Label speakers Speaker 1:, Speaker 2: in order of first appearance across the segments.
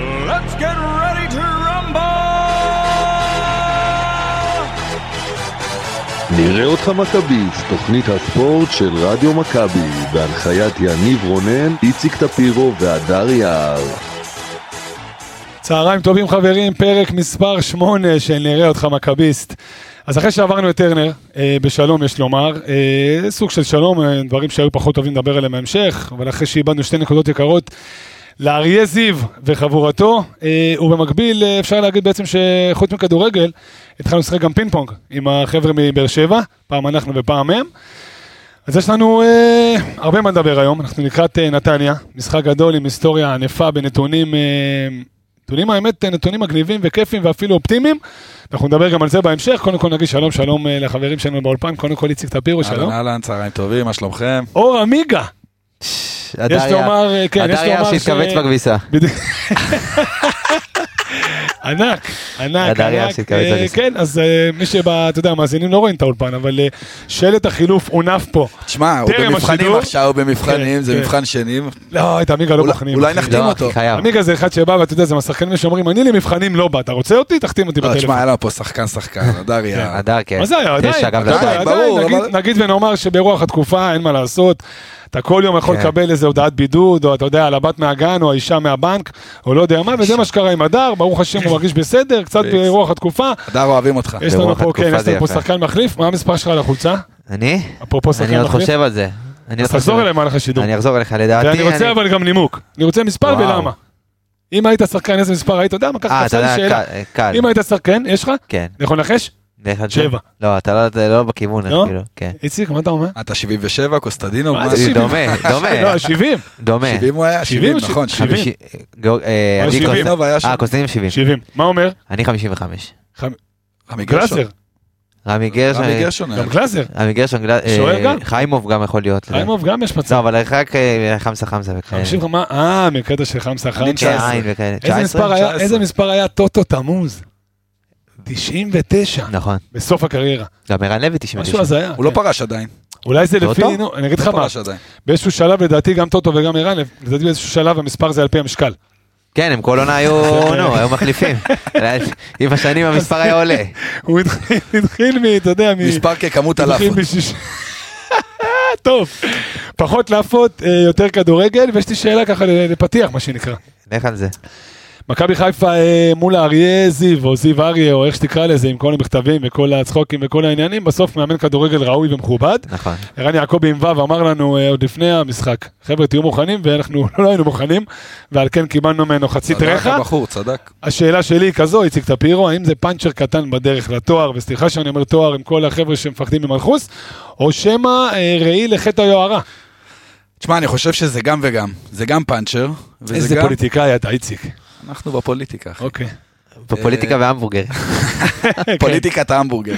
Speaker 1: Get ready to rumble!
Speaker 2: נראה אותך מכביסט, תוכנית הספורט של רדיו מכבי, בהנחיית יניב רונן, איציק טפירו והדר יער.
Speaker 3: צהריים טובים חברים, פרק מספר 8 של נראה אותך מכביסט. אז אחרי שעברנו את טרנר, אה, בשלום יש לומר, אה, סוג של שלום, אה, דברים שהיו פחות טובים לדבר עליהם בהמשך, אבל אחרי שאיבדנו שתי נקודות יקרות לאריה זיו וחבורתו, אה, ובמקביל אה, אפשר להגיד בעצם שחוץ מכדורגל, התחלנו לשחק גם פינג פונג עם החבר'ה מבאר שבע, פעם אנחנו ופעם הם. אז יש לנו אה, הרבה מה לדבר היום, אנחנו לקראת אה, נתניה, משחק גדול עם היסטוריה ענפה בנתונים, אה, נתונים האמת, אה, נתונים מגניבים וכיפים ואפילו אופטימיים. אנחנו נדבר גם על זה בהמשך, קודם כל נגיד שלום, שלום אה, לחברים שלנו באולפן, קודם כל איציק טפירו,
Speaker 4: אהלן
Speaker 3: שלום.
Speaker 4: אהלן, צהריים טובים, מה שלומכם?
Speaker 3: אור עמיגה, יש לומר, אה, כן, יש
Speaker 5: הדר יער
Speaker 3: לומר
Speaker 5: שהתכווץ
Speaker 3: ש-
Speaker 5: בכביסה.
Speaker 3: בדיוק. ענק, ענק,
Speaker 5: הדר
Speaker 3: ענק.
Speaker 5: יאסי, קראת
Speaker 3: אה,
Speaker 5: לזה.
Speaker 3: כן, אז אה, מי שבא, אתה יודע, המאזינים לא רואים את האולפן, אבל אה, שלט החילוף הונף פה.
Speaker 4: תשמע, הוא
Speaker 3: טרם
Speaker 4: במבחנים
Speaker 3: השידור.
Speaker 4: עכשיו, הוא במבחנים,
Speaker 3: כן,
Speaker 4: זה
Speaker 3: כן.
Speaker 4: מבחן שנים.
Speaker 3: לא, את עמיגה לא
Speaker 4: אולי-
Speaker 3: בוחנים.
Speaker 4: אולי
Speaker 3: אחי.
Speaker 4: נחתים
Speaker 5: לא,
Speaker 4: אותו.
Speaker 5: אחי, חייב.
Speaker 3: עמיגה זה אחד שבא, ואתה יודע, זה מהשחקנים שאומרים, אני למבחנים לא בא, אתה רוצה אותי? תחתים אותי
Speaker 4: לא, תשמע,
Speaker 3: בטלפון.
Speaker 4: היה לנו פה שחקן שחקן, הדר יער.
Speaker 5: הדר, כן.
Speaker 3: מה זה היה, עדיין,
Speaker 5: תשע, גם
Speaker 3: אתה יודע,
Speaker 5: לשתיים.
Speaker 4: עדיין,
Speaker 3: עדיין,
Speaker 4: ברור,
Speaker 3: נגיד-
Speaker 4: אבל-
Speaker 3: נגיד ונאמר שברוח התקופה אין מה לעשות, אתה כל יום יכול
Speaker 5: כן.
Speaker 3: לקבל איזה הודעת בידוד, או אתה יודע, על הבת מהגן, או האישה מהבנק, או לא יודע מה, וזה מה שקרה עם הדר, ברוך השם הוא מרגיש בסדר, קצת ברוח התקופה,
Speaker 4: הדר אוהבים אותך.
Speaker 3: יש לנו
Speaker 5: ברוח
Speaker 3: פה,
Speaker 5: התקופה
Speaker 3: כן, יש
Speaker 5: זה
Speaker 3: לנו פה
Speaker 5: יפה.
Speaker 3: שחקן מחליף, מה המספר שלך על החולצה?
Speaker 5: אני?
Speaker 3: אפרופו שחקן
Speaker 5: אני עוד
Speaker 3: מחליף.
Speaker 5: חושב על זה. אני
Speaker 3: אז
Speaker 5: עוד חושב.
Speaker 3: תחזור אליי במהלך השידור.
Speaker 5: אני אחזור אליך, לדעתי.
Speaker 3: ואני רוצה
Speaker 5: אני-
Speaker 3: אבל גם נימוק. אני רוצה מספר
Speaker 5: וואו.
Speaker 3: ולמה. אם היית שחקן, איזה מספר היית? אתה יודע מה, ככה
Speaker 5: אה, אתה
Speaker 3: תעשה לי
Speaker 5: יודע,
Speaker 3: שאלה.
Speaker 5: קל- קל.
Speaker 3: אם היית שחקן, יש לך?
Speaker 5: כן.
Speaker 3: אני יכול לנחש?
Speaker 5: לך על זה.
Speaker 3: שבע.
Speaker 5: לא, אתה לא- אתה לא בכיוון,
Speaker 3: לא?
Speaker 5: כאילו. כן.
Speaker 3: איציק, מה אתה אומר?
Speaker 4: אתה 77, קוסטדינו,
Speaker 3: מה
Speaker 4: מה
Speaker 3: זה
Speaker 4: זה?
Speaker 3: שבעים?
Speaker 5: דומה, דומה,
Speaker 3: לא, 70.
Speaker 5: דומה.
Speaker 4: 70 הוא היה? 70,
Speaker 3: שבעים,
Speaker 4: נכון,
Speaker 3: שבעים.
Speaker 4: 70.
Speaker 5: חמישי- גאור- אה,
Speaker 3: לא,
Speaker 5: עדי
Speaker 3: שבעים.
Speaker 4: קוסטדינו היה
Speaker 5: קוסט-
Speaker 4: שם.
Speaker 5: אה, קוסטינים 70.
Speaker 3: 70. מה אומר?
Speaker 5: אני 55.
Speaker 4: המגרשון.
Speaker 3: גלאזר. אה,
Speaker 5: רמי גרשון.
Speaker 4: רמי גרשון היה.
Speaker 3: גם גלאזר.
Speaker 5: רמי גרשון. גלא- אה,
Speaker 3: שוער גם?
Speaker 5: חיימוב גם יכול להיות. לדעתי.
Speaker 3: חיימוב גם יש מצב.
Speaker 5: לא, אבל רק אה, חמסה חמסה וכאלה.
Speaker 3: 50 מה? אה, מקטע של חמסה
Speaker 4: אני
Speaker 3: חמסה.
Speaker 4: תשע עשרה.
Speaker 5: כעין וכאלה.
Speaker 3: איזה
Speaker 5: 19?
Speaker 3: מספר היה-
Speaker 4: 19.
Speaker 3: איזה מספר היה טוטו תמוז? 99.
Speaker 5: נכון.
Speaker 3: בסוף הקריירה.
Speaker 5: גם ערן לוי 99.
Speaker 3: משהו אז היה.
Speaker 4: הוא לא פרש עדיין.
Speaker 3: אולי זה
Speaker 5: טוטו?
Speaker 3: לפי... נו, אני אגיד לך
Speaker 4: לא
Speaker 3: מה.
Speaker 4: פרש עדיין.
Speaker 3: באיזשהו שלב, לדעתי גם טוטו וגם ערן, לדעתי באיזשהו שלב המספר זה על פי המשקל.
Speaker 5: כן, הם כל עונה היו, נו, היו מחליפים. עם השנים המספר היה עולה.
Speaker 3: הוא התחיל התחיל מ... אתה יודע, מ...
Speaker 4: מספר ככמות
Speaker 3: התחיל
Speaker 4: הלאפות.
Speaker 3: בשישה... טוב, פחות לאפות, אה, יותר כדורגל, ויש לי שאלה ככה לפתיח, מה שנקרא.
Speaker 5: לך על זה.
Speaker 3: מכבי חיפה אה, מול האריה זיו, או זיו אריה, או איך שתקרא לזה, עם כל המכתבים וכל הצחוקים וכל העניינים, בסוף מאמן כדורגל ראוי ומכובד.
Speaker 5: נכון.
Speaker 3: ערן יעקבי עם ו' אמר לנו אה, עוד לפני המשחק, חבר'ה תהיו מוכנים, ואנחנו לא היינו מוכנים, ועל כן קיבלנו ממנו חצי
Speaker 4: צדק
Speaker 3: טרחה.
Speaker 4: הבחור, צדק.
Speaker 3: השאלה שלי היא כזו, איציק טפירו, האם זה פאנצ'ר קטן בדרך לתואר, וסליחה שאני אומר תואר עם כל החבר'ה שמפחדים ממלכוס, או שמא אה, ראי לחטא היוהרה?
Speaker 4: תשמע, אני חושב שזה גם וגם. זה גם פאנצ'ר, וזה
Speaker 3: איזה
Speaker 4: גם...
Speaker 3: פוליטיקאי אתה, איציק.
Speaker 4: אנחנו בפוליטיקה, אחי.
Speaker 3: אוקיי.
Speaker 5: בפוליטיקה והמבורגר.
Speaker 4: פוליטיקת ההמבורגר.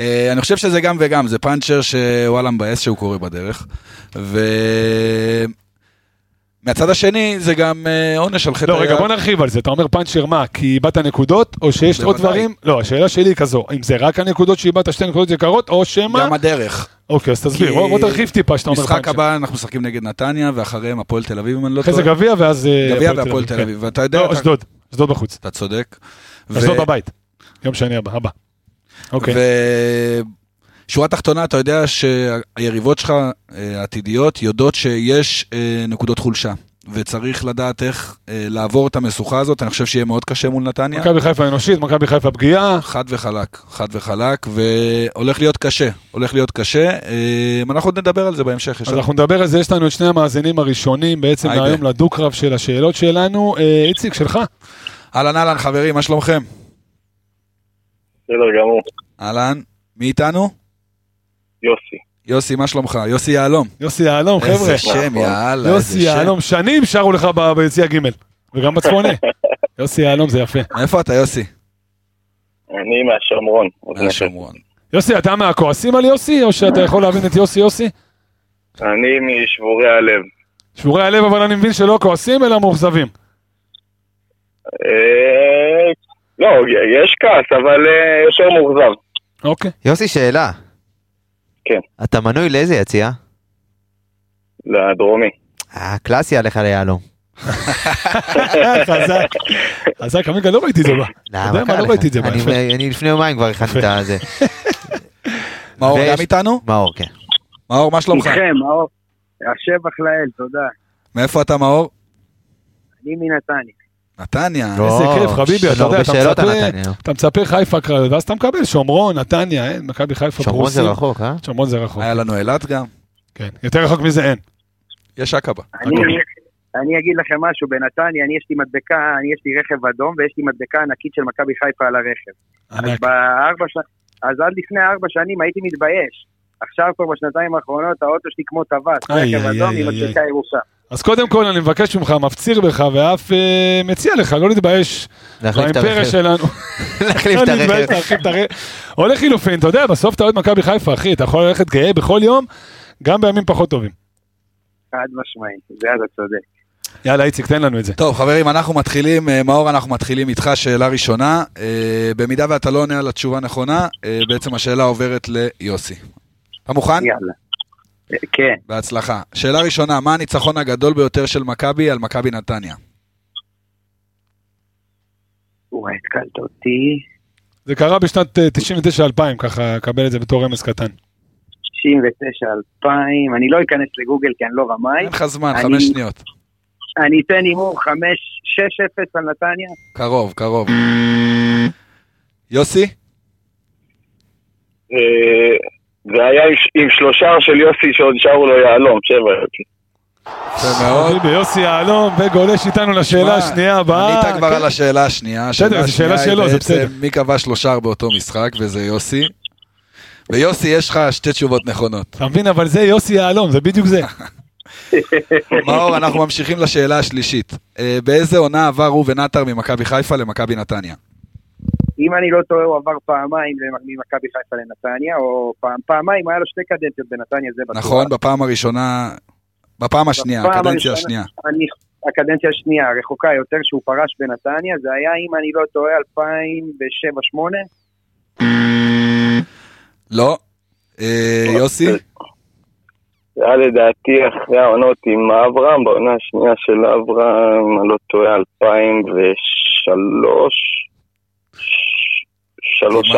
Speaker 4: אה, אני חושב שזה גם וגם, זה פאנצ'ר שוואלה מבאס שהוא קורה בדרך. ומהצד השני זה גם אה, עונש על חטא
Speaker 3: לא, רגע,
Speaker 4: היד.
Speaker 3: בוא נרחיב על זה. אתה אומר פאנצ'ר מה, כי איבדת נקודות, או שיש עוד
Speaker 4: בוודאי.
Speaker 3: דברים? לא, השאלה שלי היא כזו, אם זה רק הנקודות שאיבדת שתי נקודות יקרות, או שמא...
Speaker 4: גם הדרך.
Speaker 3: אוקיי, אז תסביר,
Speaker 4: כי-
Speaker 3: בוא בוא תרחיב טיפה שאתה אומר
Speaker 4: משחק
Speaker 3: פאנצ'ר.
Speaker 4: הבא אנחנו משחקים נגד נתניה, ואחריהם הפועל תל אביב, אם אני לא
Speaker 3: אחרי זה
Speaker 4: טועה.
Speaker 3: גביע, ואז... אה,
Speaker 4: גביע והפועל תל אביב. ואתה
Speaker 3: כן.
Speaker 4: יודע,
Speaker 3: לא,
Speaker 4: אתה-
Speaker 3: אשדוד, אשדוד בחוץ.
Speaker 4: אתה צודק. ו-
Speaker 3: אשדוד בבית. יום שני הבא, הבא. אוקיי.
Speaker 4: ושורה תחתונה, אתה יודע שהיריבות שלך, אה, העתידיות, יודעות שיש אה, נקודות חולשה. וצריך לדעת איך אה, לעבור את המשוכה הזאת, אני חושב שיהיה מאוד קשה מול נתניה.
Speaker 3: מכבי חיפה אנושית, מכבי חיפה פגיעה.
Speaker 4: חד וחלק, חד וחלק, והולך להיות קשה, הולך להיות קשה. אה, אנחנו עוד נדבר על זה בהמשך. יש
Speaker 3: אז
Speaker 4: לנו-
Speaker 3: אנחנו נדבר על זה, יש לנו את שני המאזינים הראשונים בעצם
Speaker 4: היידה.
Speaker 3: היום לדו-קרב של השאלות שלנו. אה, איציק, שלך?
Speaker 4: אהלן, אהלן, חברים, מה שלומכם?
Speaker 6: בסדר גמור,
Speaker 4: אהלן, מי איתנו?
Speaker 6: יוסי.
Speaker 4: יוסי, מה שלומך? יוסי יהלום.
Speaker 3: יוסי יהלום, חבר'ה.
Speaker 4: איזה שם,
Speaker 6: נכון.
Speaker 4: יאללה,
Speaker 5: לא,
Speaker 3: יוסי
Speaker 4: איזה שם.
Speaker 3: יהלום, שנים שרו לך ב- ביציע ג' וגם בצפוני. יוסי יהלום זה יפה.
Speaker 4: מאיפה אתה, יוסי?
Speaker 6: אני מהשומרון. עוד נפש.
Speaker 4: מהשומרון.
Speaker 3: יוסי, אתה מהכועסים על יוסי, או שאתה יכול להבין את יוסי יוסי?
Speaker 6: אני משבורי הלב.
Speaker 3: שבורי הלב, אבל אני מבין שלא כועסים, אלא מאוכזבים.
Speaker 6: אה, לא, יש כעס, אבל אה, יותר מאוכזב.
Speaker 3: אוקיי.
Speaker 5: יוסי, שאלה.
Speaker 6: כן.
Speaker 5: אתה מנוי לאיזה יציאה? אה,
Speaker 6: לדרומי.
Speaker 5: הקלאסי עליך ליהלום.
Speaker 3: חזק. אז רק עמיקה, לא ראיתי את זה בה.
Speaker 5: לא,
Speaker 3: אתה יודע
Speaker 5: מה
Speaker 3: מה,
Speaker 5: קרה
Speaker 3: לא
Speaker 5: לך?
Speaker 3: ראיתי את זה בה.
Speaker 5: אני-
Speaker 3: יפה.
Speaker 5: אני לפני יומיים כבר הכנתי את זה.
Speaker 4: מאור
Speaker 5: ויש-
Speaker 4: גם איתנו?
Speaker 5: מאור, כן.
Speaker 4: מאור, מה שלומך?
Speaker 7: איתכם, מאור. השבח לאל, תודה.
Speaker 4: מאיפה אתה, מאור?
Speaker 7: אני מנתניה.
Speaker 4: נתניה.
Speaker 7: לא.
Speaker 3: איזה כיף, חביבי,
Speaker 5: לא, יש
Speaker 3: אתה יודע,
Speaker 5: לנו הרבה
Speaker 3: אתה
Speaker 5: שאלות על
Speaker 3: מצפה-
Speaker 5: נתניה.
Speaker 3: אתה מצפה חיפה קריות, ואז אתה מקבל שומרון, נתניה, אין, מכבי חיפה
Speaker 5: שומרון זה
Speaker 3: פרוסים.
Speaker 5: רחוק, אה?
Speaker 3: שומרון זה רחוק,
Speaker 4: היה לנו אילת גם.
Speaker 3: כן. יותר רחוק מזה אין.
Speaker 4: יש עקבה.
Speaker 3: אוקיי.
Speaker 7: אני, אני אגיד לכם משהו, בנתניה אני יש לי מדבקה, אני יש לי רכב אדום ויש לי מדבקה ענקית של מכבי חיפה על הרכב. אז,
Speaker 3: ענק.
Speaker 5: אה,
Speaker 7: בארבע ש... אז עד לפני ארבע שנים הייתי מתבייש. עכשיו כבר בשנתיים האחרונות האוטו שלי כמו טווס,
Speaker 3: איי,
Speaker 7: רכב
Speaker 3: איי,
Speaker 7: אדום
Speaker 3: איי,
Speaker 7: עם
Speaker 3: איי,
Speaker 7: מדבקה ירוקה.
Speaker 3: אז קודם כל אני מבקש ממך, מפציר בך, ואף אה, מציע לך לא להתבייש
Speaker 5: להחליף את
Speaker 3: באימפריה
Speaker 5: הרכב.
Speaker 3: שלנו.
Speaker 5: להחליף את
Speaker 3: לא להתבייש,
Speaker 5: הרכב.
Speaker 3: להרחיב את הרכב. או לחילופין, אתה יודע, בסוף אתה אוהד מכבי חיפה, אחי, אתה יכול ללכת גאה בכל יום, גם בימים פחות טובים.
Speaker 7: חד משמעית, זה אתה צודק.
Speaker 3: יאללה, איציק, תן לנו את זה.
Speaker 4: טוב, חברים, אנחנו מתחילים, אה, מאור, אנחנו מתחילים איתך, שאלה ראשונה. אה, במידה ואתה לא עונה על התשובה הנכונה, אה, בעצם השאלה עוברת ליוסי. אתה מוכן?
Speaker 7: יאללה. אה, כן,
Speaker 4: בהצלחה. שאלה ראשונה, מה הניצחון הגדול ביותר של מכבי על מכבי נתניה?
Speaker 7: וואי, התקלת אותי.
Speaker 3: זה קרה בשנת אה, 99-2000, ככה, קבל את זה בתור רמז קטן.
Speaker 7: 99, 2000, אני לא אכנס לגוגל כי אני לא רמאי.
Speaker 4: אין לך זמן,
Speaker 7: אני-
Speaker 4: חמש שניות.
Speaker 7: אני אתן הימור 5-6-0 על נתניה.
Speaker 4: קרוב, קרוב. יוסי?
Speaker 6: אה, זה היה עם- עם שלושה של יוסי שעוד שרו לו יהלום, שבע.
Speaker 4: יפה מאוד.
Speaker 3: חביבי, יוסי יהלום, וגולש איתנו לשאלה
Speaker 4: מה,
Speaker 3: השנייה הבאה.
Speaker 4: ענית כבר
Speaker 3: כן.
Speaker 4: על השאלה השנייה.
Speaker 3: בסדר,
Speaker 4: השאלה
Speaker 3: זו שאלה
Speaker 4: השנייה היא
Speaker 3: שלו, זה
Speaker 4: בעצם
Speaker 3: בסדר.
Speaker 4: מי כבש לו שער באותו משחק, וזה יוסי. ויוסי, יש לך שתי תשובות נכונות.
Speaker 3: אתה מבין, אבל זה יוסי יהלום, זה בדיוק זה.
Speaker 7: כן.
Speaker 4: מאור, אנחנו ממשיכים לשאלה השלישית. אה, באיזה עונה עבר ראובן עטר ממכבי חיפה למכבי נתניה?
Speaker 7: אם אני לא טועה, הוא עבר פעמיים למ- ממכבי חיפה לנתניה, או פעם, פעמיים, היה לו שתי קדנציות בנתניה, זה בטוח.
Speaker 4: נכון, בפעם הראשונה... בפעם השנייה,
Speaker 7: בפעם
Speaker 4: הקדנציה
Speaker 7: הראשונה.
Speaker 4: השנייה.
Speaker 7: אני, הקדנציה השנייה, הרחוקה יותר, שהוא פרש בנתניה, זה היה, אם אני לא טועה, 2007-2008.
Speaker 4: לא. אה,
Speaker 7: לא.
Speaker 4: יוסי?
Speaker 6: זה היה לדעתי אחרי העונות עם אברהם, בעונה השנייה של אברהם, אם אני לא טועה,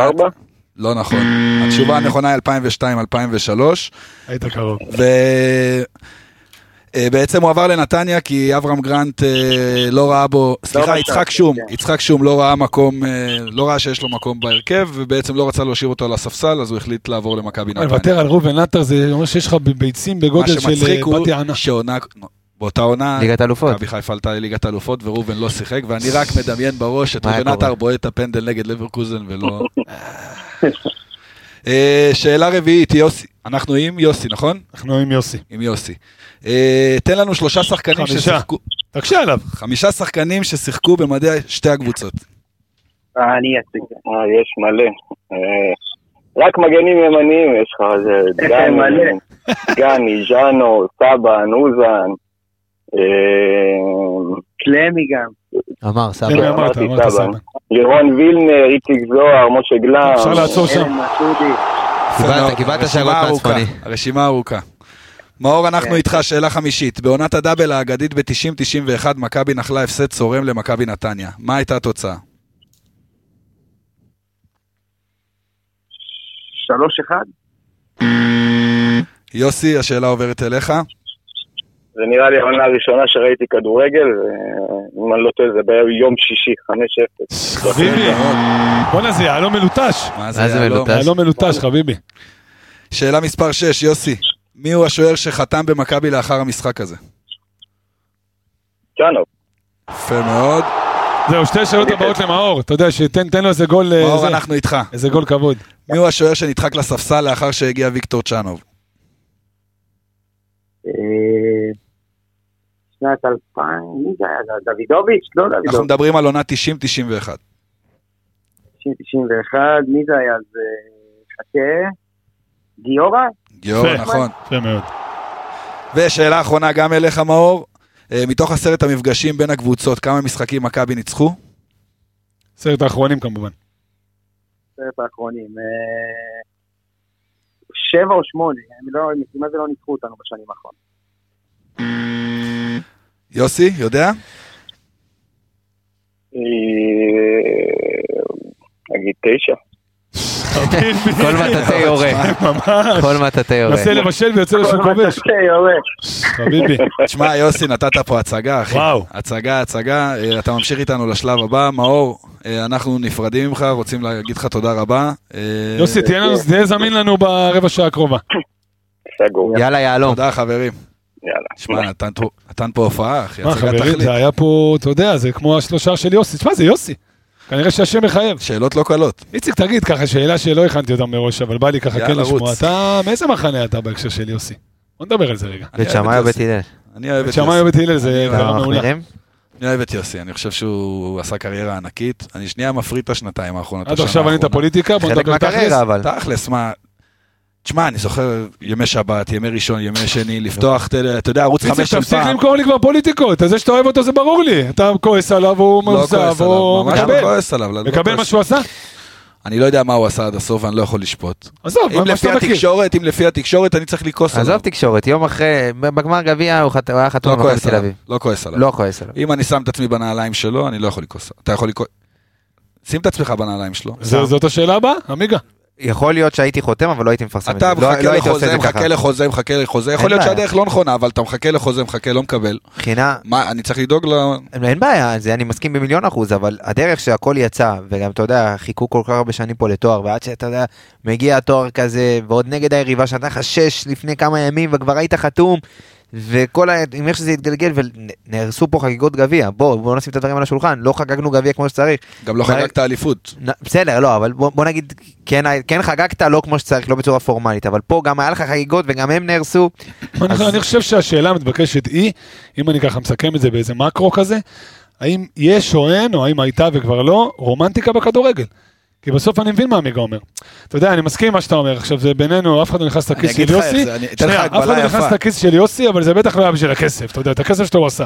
Speaker 6: 2003, 3-4.
Speaker 4: לא נכון. התשובה הנכונה היא 2002-2003.
Speaker 3: היית קרוב.
Speaker 4: ובעצם אה, הוא עבר לנתניה כי אברהם גרנט אה, לא ראה בו, סליחה,
Speaker 7: מצא,
Speaker 4: יצחק שום,
Speaker 7: כן.
Speaker 4: יצחק שום לא ראה מקום, אה, לא ראה שיש לו מקום בהרכב, ובעצם לא רצה להשאיר אותו על הספסל, אז הוא החליט לעבור למכבי נתניה.
Speaker 3: לוותר על ראובן עטר זה אומר שיש לך ביצים
Speaker 4: מה
Speaker 3: בגודל של
Speaker 4: שמצחיק
Speaker 3: אה,
Speaker 4: הוא
Speaker 3: בת יענה.
Speaker 4: שעונה, באותה עונה,
Speaker 5: ליגת אלופות.
Speaker 4: מכבי חיפה עלתה לליגת האלופות וראובן לא שיחק, ואני רק מדמיין בראש את
Speaker 5: מה
Speaker 4: ראובן
Speaker 5: היה קורה?
Speaker 4: עטר בועט את הפנדל נגד לברקוזן ולא... אה, שאלה רביעית, יוסי, אנחנו עם יוסי, נכון?
Speaker 3: אנחנו עם יוסי.
Speaker 4: עם יוסי. אה, תן לנו שלושה שחקנים
Speaker 3: חמישה.
Speaker 4: ששיחקו,
Speaker 3: תקשה עליו.
Speaker 4: חמישה שחקנים ששיחקו במדי שתי הקבוצות.
Speaker 7: אה, אני אציג.
Speaker 6: אה, יש מלא. אה, רק מגנים ימניים יש לך, זה דגני,
Speaker 7: מלא.
Speaker 6: דגני, ז'אנו, סבן, אוזן. אה,
Speaker 7: קלמי גם.
Speaker 5: אמר,
Speaker 3: הנה,
Speaker 5: סבא.
Speaker 3: אמרת,
Speaker 6: אמרתי
Speaker 3: אמרת
Speaker 6: סבא.
Speaker 3: סבא.
Speaker 6: לירון וילנר, איציק זוהר, משה גלם.
Speaker 3: אפשר לעצור שם.
Speaker 7: אלן מסודי.
Speaker 4: יפה מאוד.
Speaker 5: קיבלת, קיבלת
Speaker 4: הרשימה
Speaker 5: שאלות
Speaker 4: ארוכה,
Speaker 5: מהצפוני.
Speaker 4: הרשימה ארוכה. מאור, אנחנו איתך, שאלה חמישית. בעונת הדאבל האגדית ב-90-91, מכבי נחלה הפסד צורם למכבי נתניה. מה הייתה התוצאה?
Speaker 7: 3-1?
Speaker 4: יוסי, השאלה עוברת אליך.
Speaker 6: זה נראה לי העונה הראשונה שראיתי כדורגל, אה, אם אני לא טועה זה ביום שישי, 5-0.
Speaker 4: אה,
Speaker 3: חביבי, בואנה זה יהלום מלוטש.
Speaker 4: מה
Speaker 5: מה זה
Speaker 4: יהלום?
Speaker 5: מלוטש?
Speaker 3: יהלום מלוטש, לא חביבי.
Speaker 4: שאלה מספר 6, יוסי. מי הוא השוער שחתם במכבי לאחר המשחק הזה?
Speaker 6: צ'אנו,
Speaker 4: יפה מאוד.
Speaker 3: זהו, שתי שאלות הבאות למאור. אתה יודע, שתן תן לו איזה גול... אה,
Speaker 4: מאור,
Speaker 3: זה.
Speaker 4: אנחנו איתך.
Speaker 3: איזה גול כבוד.
Speaker 4: מי הוא השוער שנדחק לספסל לאחר שהגיע ויקטור צ'אנוב?
Speaker 7: אה, שנת 2000, מי זה היה? דוידוביץ'? לא
Speaker 4: אנחנו
Speaker 7: דוידוביץ'.
Speaker 4: מדברים על עונה 90-91.
Speaker 7: 91, מי זה היה? אז אה, חכה. גיורא?
Speaker 4: גיאור,
Speaker 3: יפה.
Speaker 4: נכון.
Speaker 3: יפה מאוד.
Speaker 4: ושאלה אחרונה גם אליך, מאור. אה, מתוך עשרת המפגשים בין הקבוצות, כמה משחקים מכבי ניצחו?
Speaker 3: סרט האחרונים כמובן.
Speaker 7: בעשרת האחרונים. אה, שבע או שמונה, הם לא, משימה זה לא ניצחו אותנו בשנים האחרונות.
Speaker 4: יוסי, יודע?
Speaker 6: אה, נגיד תשע.
Speaker 5: כל מטאטא יורה,
Speaker 3: ממש.
Speaker 5: כל מטאטא יורה.
Speaker 3: מנסה לבשל ויוצא לו שהוא כובש.
Speaker 7: כן, יורה.
Speaker 3: חביבי.
Speaker 4: תשמע, יוסי, נתת פה הצגה, אחי.
Speaker 3: וואו.
Speaker 4: הצגה, הצגה. אה, אתה ממשיך איתנו לשלב הבא. מאור, אה, אנחנו נפרדים ממך, רוצים להגיד לך תודה רבה. אה,
Speaker 3: יוסי, תהיה לנו- תהיה זמין לנו ברבע שעה הקרובה.
Speaker 6: סגור,
Speaker 5: יאללה, יהלום.
Speaker 4: תודה, חברים.
Speaker 6: יאללה.
Speaker 4: שמע, נתן פה- נתן פה הופעה, אחי.
Speaker 3: מה,
Speaker 4: הצגת
Speaker 3: חברים,
Speaker 4: תכלית.
Speaker 3: זה היה פה, אתה יודע, זה כמו השלושה של יוסי. תשמע, זה יוסי. כנראה שהשם מחייב.
Speaker 4: שאלות לא קלות.
Speaker 3: איציק, תגיד ככה, שאלה שלא הכנתי אותה מראש, אבל בא לי ככה כן
Speaker 4: יאללה,
Speaker 3: לשמוע.
Speaker 4: רוץ.
Speaker 3: אתה, מאיזה מחנה אתה בהקשר של יוסי? בוא נדבר על זה רגע.
Speaker 5: בית שמאי או בית הלל?
Speaker 4: אני אוהב את יוסי.
Speaker 3: שמענו את הלל, זה
Speaker 4: לא
Speaker 5: אתה
Speaker 3: דבר מעולה.
Speaker 5: מחמירים?
Speaker 4: אני אוהב את יוסי, אני חושב שהוא עשה קריירה ענקית. אני שנייה מפריד את השנתיים האחרונות.
Speaker 3: עד
Speaker 4: השנה
Speaker 3: עכשיו ענית
Speaker 4: האחרונה.
Speaker 3: פוליטיקה, בוא
Speaker 5: חלק
Speaker 3: נדבר תכלס.
Speaker 5: מהקריירה, אבל.
Speaker 4: תכלס, מה... תשמע, אני זוכר ימי שבת, ימי ראשון, ימי שני, לפתוח, טל- אתה יודע, ערוץ
Speaker 3: איציק,
Speaker 4: חמש של
Speaker 3: תפסיק
Speaker 4: פעם.
Speaker 3: למכור לי כבר פוליטיקות. אז זה שאתה אוהב אותו זה ברור לי. אתה כועס עליו, הוא
Speaker 4: לא כועס
Speaker 3: מאוכזב,
Speaker 4: עליו,
Speaker 3: הוא
Speaker 4: ממש לא
Speaker 3: מקבל.
Speaker 4: כועס עליו. לא
Speaker 3: מקבל
Speaker 4: כועס.
Speaker 3: מה שהוא עשה?
Speaker 4: אני לא יודע מה הוא עשה עד הסוף, ואני לא יכול לשפוט.
Speaker 3: עזוב,
Speaker 4: אם
Speaker 3: מה- מה
Speaker 4: לפי
Speaker 3: שאתה לא מכיר.
Speaker 4: התקשורת, אם לפי התקשורת, אני צריך לכעוס עליו.
Speaker 5: עזוב תקשורת, יום אחרי, בגמר גביע הוא חת- הוא היה חתום
Speaker 4: לא
Speaker 5: על מכבי
Speaker 4: כועס
Speaker 5: תל
Speaker 4: עליו.
Speaker 5: אביב.
Speaker 4: לא כועס עליו.
Speaker 5: לא כועס עליו.
Speaker 4: אם אני שם את עצמי בנעליים שלו, אני לא יכול לכעוס. אתה יכול לכעוס... שים את עצמך בנעליים
Speaker 5: לא,
Speaker 4: שלו.
Speaker 3: זה- זאת השאלה הבאה, עמיגה.
Speaker 5: יכול להיות שהייתי חותם, אבל לא הייתי מפרסם את זה.
Speaker 4: אתה
Speaker 5: לא- לא
Speaker 4: מחכה
Speaker 5: הייתי עושה את
Speaker 4: לחוזה,
Speaker 5: זה ככה.
Speaker 4: מחכה לחוזה, מחכה לחוזה, יכול
Speaker 5: אין
Speaker 4: להיות
Speaker 5: בעיה.
Speaker 4: שהדרך לא נכונה, אבל אתה מחכה לחוזה, מחכה, לא מקבל.
Speaker 5: מבחינה,
Speaker 4: מה, אני צריך לדאוג ל...
Speaker 5: אין בעיה, זה אני מסכים במיליון אחוז, אבל הדרך שהכל יצא, וגם אתה יודע, חיכו כל כך הרבה שנים פה לתואר, ועד שאתה יודע, מגיע תואר כזה, ועוד נגד היריבה שנתן לך שש לפני כמה ימים, וכבר היית חתום, וכל ה... עם איך שזה התגלגל, ונהרסו פה חגיגות גביע, בוא, בוא נשים את הדברים על השולחן, לא חגגנו גביע כמו שצריך.
Speaker 4: גם לא
Speaker 5: בעיה.
Speaker 4: חגגת אליפות.
Speaker 5: נ- בסדר, לא, אבל בוא, בוא נגיד, כן, ה- כן חגגת, לא כמו שצריך, לא בצורה פורמלית, אבל פה גם היה לך חגיגות וגם הם נהרסו.
Speaker 3: אני אני חושב שהשאלה המתבקשת היא, אם אני ככה מסכם את זה באיזה מקרו כזה, האם יש או אין, או האם הייתה וכבר לא, רומנטיקה בכדורגל. כי בסוף אני מבין מה עמיגה אומר. אתה יודע, אני מסכים עם מה שאתה אומר. עכשיו, זה בינינו, אף אחד לא נכנס
Speaker 4: אני
Speaker 3: לכיס
Speaker 4: אגיד
Speaker 3: של
Speaker 4: לך איך
Speaker 3: יוסי.
Speaker 4: זה, אני אתן לך
Speaker 3: שנייה, אף אחד
Speaker 4: הגבלה
Speaker 3: לא נכנס
Speaker 4: יפה.
Speaker 3: לכיס של יוסי, אבל זה בטח לא היה בשביל הכסף. אתה יודע, את הכסף שלו הוא עשה.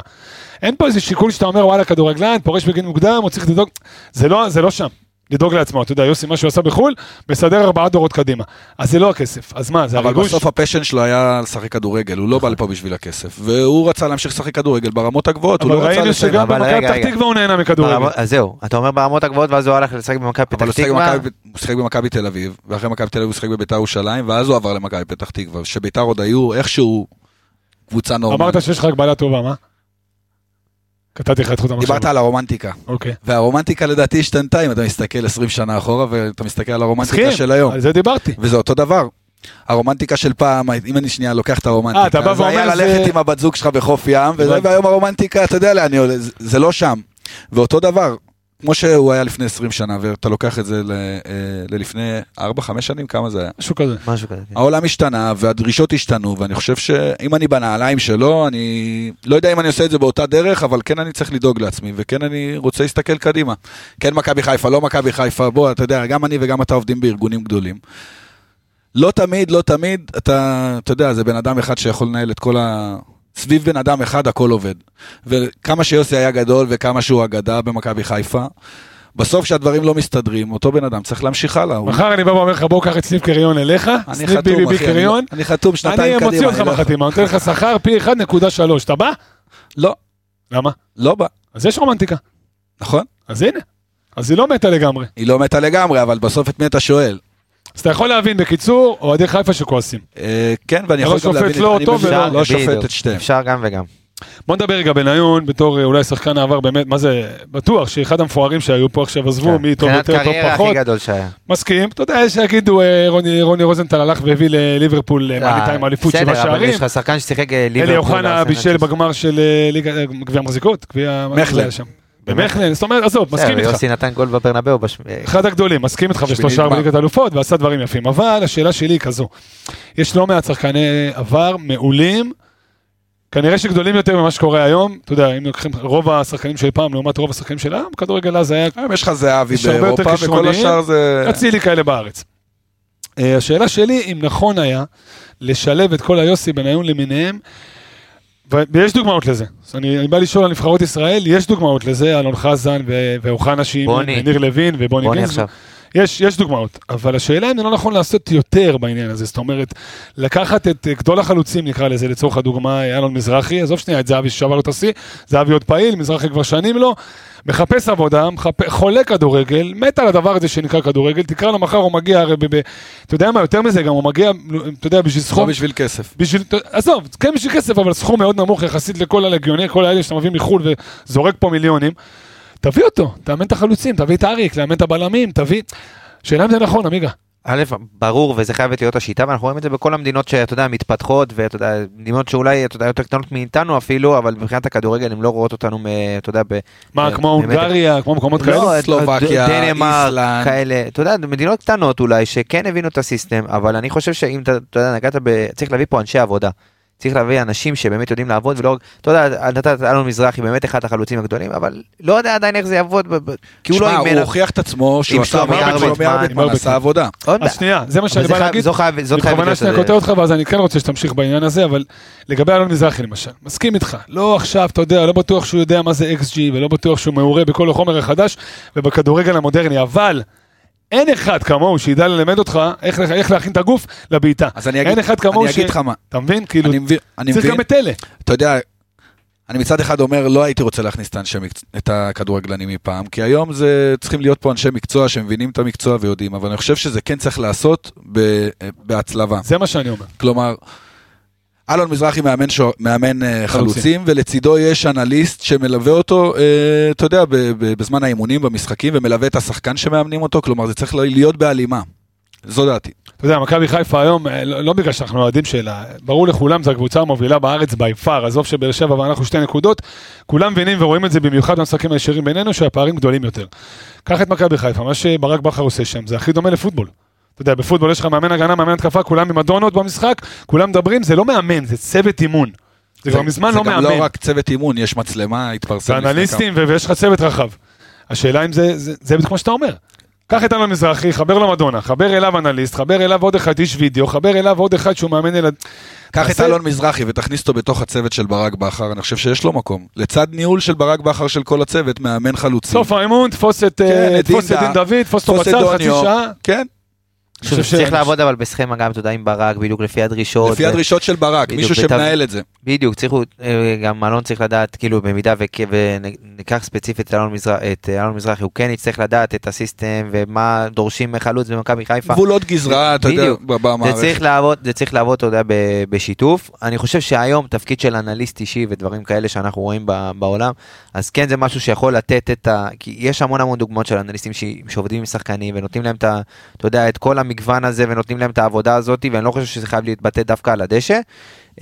Speaker 3: אין פה איזה שיקול שאתה אומר, וואלה, כדורגלן, פורש בגיל מוקדם, הוא צריך לדאוג. זה לא, זה לא שם. לדאוג לעצמו, אתה יודע, יוסי, מה שהוא עשה בחו"ל, מסדר ארבעה דורות קדימה. אז זה לא הכסף. אז מה, זה
Speaker 4: אבל
Speaker 3: הריגוש?
Speaker 4: בסוף הפשן שלו היה לשחק כדורגל, הוא לא בא לפה בשביל הכסף. והוא רצה להמשיך לשחק כדורגל ברמות הגבוהות, הוא
Speaker 3: אבל
Speaker 4: לא רצה
Speaker 3: ראינו
Speaker 4: לסיים.
Speaker 3: שגם
Speaker 5: אבל
Speaker 3: במכבי
Speaker 5: רגע,
Speaker 3: פתח
Speaker 5: רגע.
Speaker 3: תקווה הוא נהנה מכדורגל.
Speaker 5: ברמות- אז זהו, אתה אומר ברמות הגבוהות, ואז הוא הלך לשחק במכבי
Speaker 4: אבל
Speaker 5: פתח
Speaker 4: הוא שיחק
Speaker 5: תקווה.
Speaker 4: במכבי- הוא שיחק במכבי תל אביב, ואחרי מכבי תל אביב הוא שיחק בביתר ירושלים, ואז הוא עבר למכבי פתח תקווה, שביתר עוד היו איכשהו קבוצה נורמלית.
Speaker 3: אמרת שיש לך הגבלה טובה, מה? קטעתי לך את חוט המחשבה.
Speaker 4: דיברת על הרומנטיקה,
Speaker 3: אוקיי.
Speaker 4: והרומנטיקה לדעתי השתנתה אם אתה מסתכל 20 שנה אחורה ואתה מסתכל על הרומנטיקה
Speaker 3: מסכים,
Speaker 4: של היום.
Speaker 3: על זה דיברתי.
Speaker 4: וזה אותו דבר. הרומנטיקה של פעם, אם אני שנייה לוקח את הרומנטיקה,
Speaker 3: אה, אתה בא
Speaker 4: זה היה
Speaker 3: ואומר,
Speaker 4: ללכת
Speaker 3: זה-
Speaker 4: עם הבת זוג שלך בחוף ים, וזה,
Speaker 3: הבנתי.
Speaker 4: והיום הרומנטיקה, אתה יודע לאן אני עולה, זה- זה לא שם. ואותו דבר, כמו שהוא היה לפני 20 שנה, ואתה לוקח את זה ל- אה, ללפני 4-5 שנים, כמה זה היה?
Speaker 3: משהו כזה.
Speaker 5: משהו כזה. כן.
Speaker 4: העולם השתנה, והדרישות השתנו, ואני חושב שאם אני בנעליים שלו, אני לא יודע אם אני עושה את זה באותה דרך, אבל כן אני צריך לדאוג לעצמי, וכן אני רוצה להסתכל קדימה. כן מכבי חיפה, לא מכבי חיפה, בוא, אתה יודע, גם אני וגם אתה עובדים בארגונים גדולים. לא תמיד, לא תמיד, אתה, אתה יודע, זה בן אדם אחד שיכול לנהל את כל ה... סביב בן אדם אחד הכל עובד. וכמה שיוסי היה גדול וכמה שהוא אגדה במכבי חיפה, בסוף כשהדברים לא מסתדרים, אותו בן אדם צריך להמשיך הלאה. הוא-
Speaker 3: מחר אני בא ואומר לך, בוא קח את סניף קריון אליך,
Speaker 4: אני
Speaker 3: סניף
Speaker 4: חתום, אחי, אני-
Speaker 3: BBB
Speaker 4: לא-
Speaker 3: קריון,
Speaker 4: אני חתום
Speaker 3: אני
Speaker 4: שנתיים קדימה.
Speaker 3: מוציא אותך
Speaker 4: אני לא-
Speaker 3: מהחתימה, נותן לך שכר פי 1.3, אתה בא?
Speaker 4: לא,
Speaker 3: למה?
Speaker 4: לא בא,
Speaker 3: אז יש רומנטיקה.
Speaker 4: נכון?
Speaker 3: אז הנה. אז היא לא מתה לגמרי.
Speaker 4: היא לא מתה לגמרי, אבל בסוף את מי אתה שואל?
Speaker 3: אז אתה יכול להבין, בקיצור, אוהדי חיפה שכועסים.
Speaker 4: אה, כן, ואני
Speaker 3: אתה
Speaker 4: יכול
Speaker 3: לא
Speaker 4: גם
Speaker 3: שופט
Speaker 4: להבין...
Speaker 3: לא
Speaker 4: אני
Speaker 3: אותו
Speaker 4: מבין,
Speaker 3: ולא-
Speaker 4: לא שופט
Speaker 5: בדיוק.
Speaker 4: את שתיהם.
Speaker 5: אפשר גם וגם.
Speaker 3: בוא נדבר רגע בניון, בתור אה, אולי שחקן העבר באמת, מה זה, בטוח שאחד המפוארים שהיו פה עכשיו עזבו,
Speaker 5: כן.
Speaker 3: מי טוב
Speaker 5: מבחינת
Speaker 3: יותר, טוב
Speaker 5: קריירה הכי
Speaker 3: פחות.
Speaker 5: גדול שהיה.
Speaker 3: מסכים, אתה יודע, יש שיגידו, אה, רוני, רוני רוזנטל הלך והביא לליברפול אה, מעניתה עם אליפות שבע
Speaker 5: בסדר, אבל
Speaker 3: שערים.
Speaker 5: יש לך שחקן ששיחק אה, ליברפול.
Speaker 3: אלי אוחנה
Speaker 5: ארסנל,
Speaker 3: בישל
Speaker 5: צ'לסי.
Speaker 3: בגמר של אה, ליגה- אה, גביע המחזיקות, גביע... מה
Speaker 4: מכלן.
Speaker 3: זה היה שם? במכלן, זאת אומרת, עזוב,
Speaker 5: בסדר,
Speaker 3: מסכים איתך.
Speaker 5: אה, יוסי נתן גול בברנבאו. בש- אה,
Speaker 3: אחד הגדולים, מסכים איתך, ויש לו
Speaker 4: שמיני
Speaker 3: שער
Speaker 4: גמר.
Speaker 3: בליגת האלופות, ועשה דברים יפים. אבל השאלה שלי היא כזו, יש לא מעט שחקני עבר מעולים, כנראה שגדולים יותר ממה שקורה היום. אתה יודע, אם לוקחים רוב השחקנים של פעם לעומת רוב השחקנים של היום, כדורגל אז היה
Speaker 4: היום יש לך זהבי
Speaker 3: אה, יש הרבה יותר
Speaker 4: באירופה, וכל
Speaker 3: כישרוניים.
Speaker 4: השאר זה...
Speaker 3: אצילי כאלה בארץ. אה, השאלה שלי, אם נכון היה לשלב את כל היוסי בניון למיניהם, ו- ויש דוגמאות לזה. אז אני, אני בא לשאול על נבחרות ישראל, יש דוגמאות לזה, אלון חזן ו- ואוחנה שהיא,
Speaker 5: בוני.
Speaker 3: וניר לוין ובוני
Speaker 5: בוני
Speaker 3: גינזבורג.
Speaker 5: עכשיו.
Speaker 3: יש, יש דוגמאות, אבל השאלה אם זה לא נכון לעשות יותר בעניין הזה, זאת אומרת, לקחת את אה, גדול החלוצים, נקרא לזה, לצורך הדוגמה, אה, אלון מזרחי, עזוב שנייה את זהבי ששבר לו את השיא, זהבי עוד פעיל, מזרחי כבר שנים לא, מחפש עבודה, מחפ... חולה כדורגל, מת על הדבר הזה שנקרא כדורגל, תקרא לו מחר, הוא מגיע הרי ב... ב... אתה יודע מה, יותר מזה גם, הוא מגיע, אתה יודע, בשביל
Speaker 4: לא
Speaker 3: סכום...
Speaker 4: בשביל כסף.
Speaker 3: בשביל, עזוב, כן בשביל כסף, אבל סכום מאוד נמוך יחסית לכל הלגיונר, כל האלה שאתה מביא מחו"ל וזורק פה מיליונים. תביא אותו, תאמן את החלוצים, תביא את אריק, לאמן את הבלמים, תביא... שאלה אם זה נכון, עמיגה.
Speaker 5: א', ברור, וזה חייבת להיות השיטה, ואנחנו רואים את זה בכל המדינות שאתה יודע, מתפתחות, ואתה יודע, מדינות שאולי, אתה יודע, יותר קטנות מאיתנו אפילו, אבל מבחינת הכדורגל הן לא רואות אותנו, מ- אתה יודע, ב...
Speaker 3: מה,
Speaker 5: ב-
Speaker 3: כמו
Speaker 5: אה, באמת-
Speaker 3: הונגריה, כמו מקומות כאלה?
Speaker 5: לא,
Speaker 4: סלובקיה,
Speaker 5: ד- דנמרק,
Speaker 4: איסלנד.
Speaker 5: כאלה, אתה יודע, מדינות קטנות אולי, שכן הבינו את הסיסטם, אבל אני חושב שאם אתה, אתה יודע, נגעת ב... צריך להביא פה אנשי עבודה. צריך להביא אנשים שבאמת יודעים לעבוד, ולא רק, אתה יודע, נתת אלון מזרחי, באמת אחד החלוצים הגדולים, אבל לא יודע עדיין איך זה יעבוד, ב- ב- כי הוא לא
Speaker 4: שמע,
Speaker 5: אימן.
Speaker 4: הוא הוכיח את עצמו שהוא עשה
Speaker 5: שלומי
Speaker 4: עבודה,
Speaker 3: ארבטמן.
Speaker 4: שלומי ארבטמן
Speaker 3: ארבטמן.
Speaker 4: עשה עבודה.
Speaker 5: עוד
Speaker 3: אז
Speaker 5: מעט.
Speaker 3: שנייה, זה מה
Speaker 5: אבל
Speaker 3: שאני
Speaker 5: זה
Speaker 3: בא
Speaker 5: חייב-
Speaker 3: להגיד.
Speaker 5: זו חייב- זאת חייבת
Speaker 3: בכוונה
Speaker 5: להיות
Speaker 3: שנייה
Speaker 5: איזה-
Speaker 3: קוטע אותך, ואז אני כן רוצה שתמשיך בעניין הזה, אבל לגבי אלון מזרחי למשל, מסכים איתך, לא עכשיו, אתה יודע, לא בטוח שהוא יודע מה זה XG, ולא בטוח שהוא מעורה בכל החומר החדש ובכדורגל המודרני, אבל אין אחד כמוהו שידע ללמד אותך איך, איך להכין את הגוף לבעיטה.
Speaker 4: אז אני אגיד
Speaker 3: אין אחד כמוהו
Speaker 4: אני אגיד לך מה,
Speaker 3: אתה מבין? כאילו,
Speaker 4: אני מבין- אני
Speaker 3: צריך
Speaker 4: מבין,
Speaker 3: גם את אלה.
Speaker 4: אתה יודע, אני מצד אחד אומר, לא הייתי רוצה להכניס את האנשי מקצוע, את הכדורגלנים מפעם, כי היום זה, צריכים להיות פה אנשי מקצוע שמבינים את המקצוע ויודעים, אבל אני חושב שזה כן צריך לעשות ב- בהצלבה.
Speaker 3: זה מה שאני אומר.
Speaker 4: כלומר, אלון מזרחי מאמן, שו, מאמן אה, חלוצים, ולצידו יש אנליסט שמלווה אותו, אה, אתה יודע, ב, ב, בזמן האימונים, במשחקים, ומלווה את השחקן שמאמנים אותו, כלומר, זה צריך להיות בהלימה. זו דעתי.
Speaker 3: אתה יודע, מכבי חיפה היום, אה, לא לא בגלל שאנחנו אוהדים שלה, ברור לכולם, זו הקבוצה המובילה בארץ בי פאר, עזוב שבאר שבע ואנחנו שתי נקודות, כולם מבינים ורואים את זה במיוחד במשחקים הישירים בינינו, שהפערים גדולים יותר. קח את מכבי חיפה, מה שברק בכר עושה שם, זה הכי דומה לפוטבול. אתה יודע, בפוטבול יש לך מאמן הגנה, מאמן התקפה, כולם עם אדונות במשחק, כולם מדברים, זה לא מאמן, זה צוות אימון. זה כבר מזמן לא מאמן.
Speaker 4: זה גם לא רק צוות אימון, יש מצלמה, התפרסם לפני
Speaker 3: ואנליסטים, ו- ויש לך צוות רחב. השאלה אם זה, זה, זה כמו שאתה אומר. קח את אלון מזרחי, חבר לו מדונה, חבר אליו אנליסט, חבר אליו עוד אחד איש וידאו, חבר אליו עוד אחד שהוא מאמן ילד...
Speaker 4: כן. קח את
Speaker 3: תעשה-
Speaker 4: אלון מזרחי ותכניס אותו בתוך הצוות של ברק בכר, אני חושב שיש לו מקום. לצד ניהול של ברק בכר של כל הצוות, מאמן חלוצים.
Speaker 3: סוף האימון, תפוס את
Speaker 4: כן,
Speaker 3: אה,
Speaker 4: את
Speaker 3: תפוס את
Speaker 4: דינדה,
Speaker 3: דין דוד, תפוס אותו
Speaker 4: תפוס את
Speaker 3: בצד חצי
Speaker 4: דוניו.
Speaker 3: שעה.
Speaker 4: כן,
Speaker 3: אני חושב ש-
Speaker 5: צריך לעבוד אבל בסכמה גם, אתה יודע, עם ברק, בדיוק לפי הדרישות.
Speaker 4: לפי
Speaker 5: ו-
Speaker 4: הדרישות של ברק,
Speaker 5: לא, בדיוק,
Speaker 4: מישהו
Speaker 5: ותב-
Speaker 4: שמנהל את זה.
Speaker 5: בדיוק, צריך, אה, גם אלון צריך לדעת, כאילו במידה וכ- וניקח ספציפית את אלון, מזרח, את אה, אלון מזרחי, הוא כן יצטרך לדעת את הסיסטם ומה דורשים מחלוץ במכבי חיפה.
Speaker 4: גבולות גזרה, אתה יודע,
Speaker 5: בדיוק.
Speaker 4: ב- במערכת.
Speaker 5: זה צריך לעבוד, זה צריך לעבוד, אתה יודע, ב- בשיתוף. אני חושב שהיום תפקיד של אנליסט אישי ודברים כאלה שאנחנו רואים ב- בעולם, אז כן זה משהו שיכול לתת את ה... כי יש המון המון דוגמאות של אנליסטים ש- שעובדים עם שחקנים ונותנים להם את ה... אתה יודע, את כל המגוון הזה ונותנים להם את העבודה הזאת, ואני לא חושב שזה חייב להתבטא דווקא על הדשא.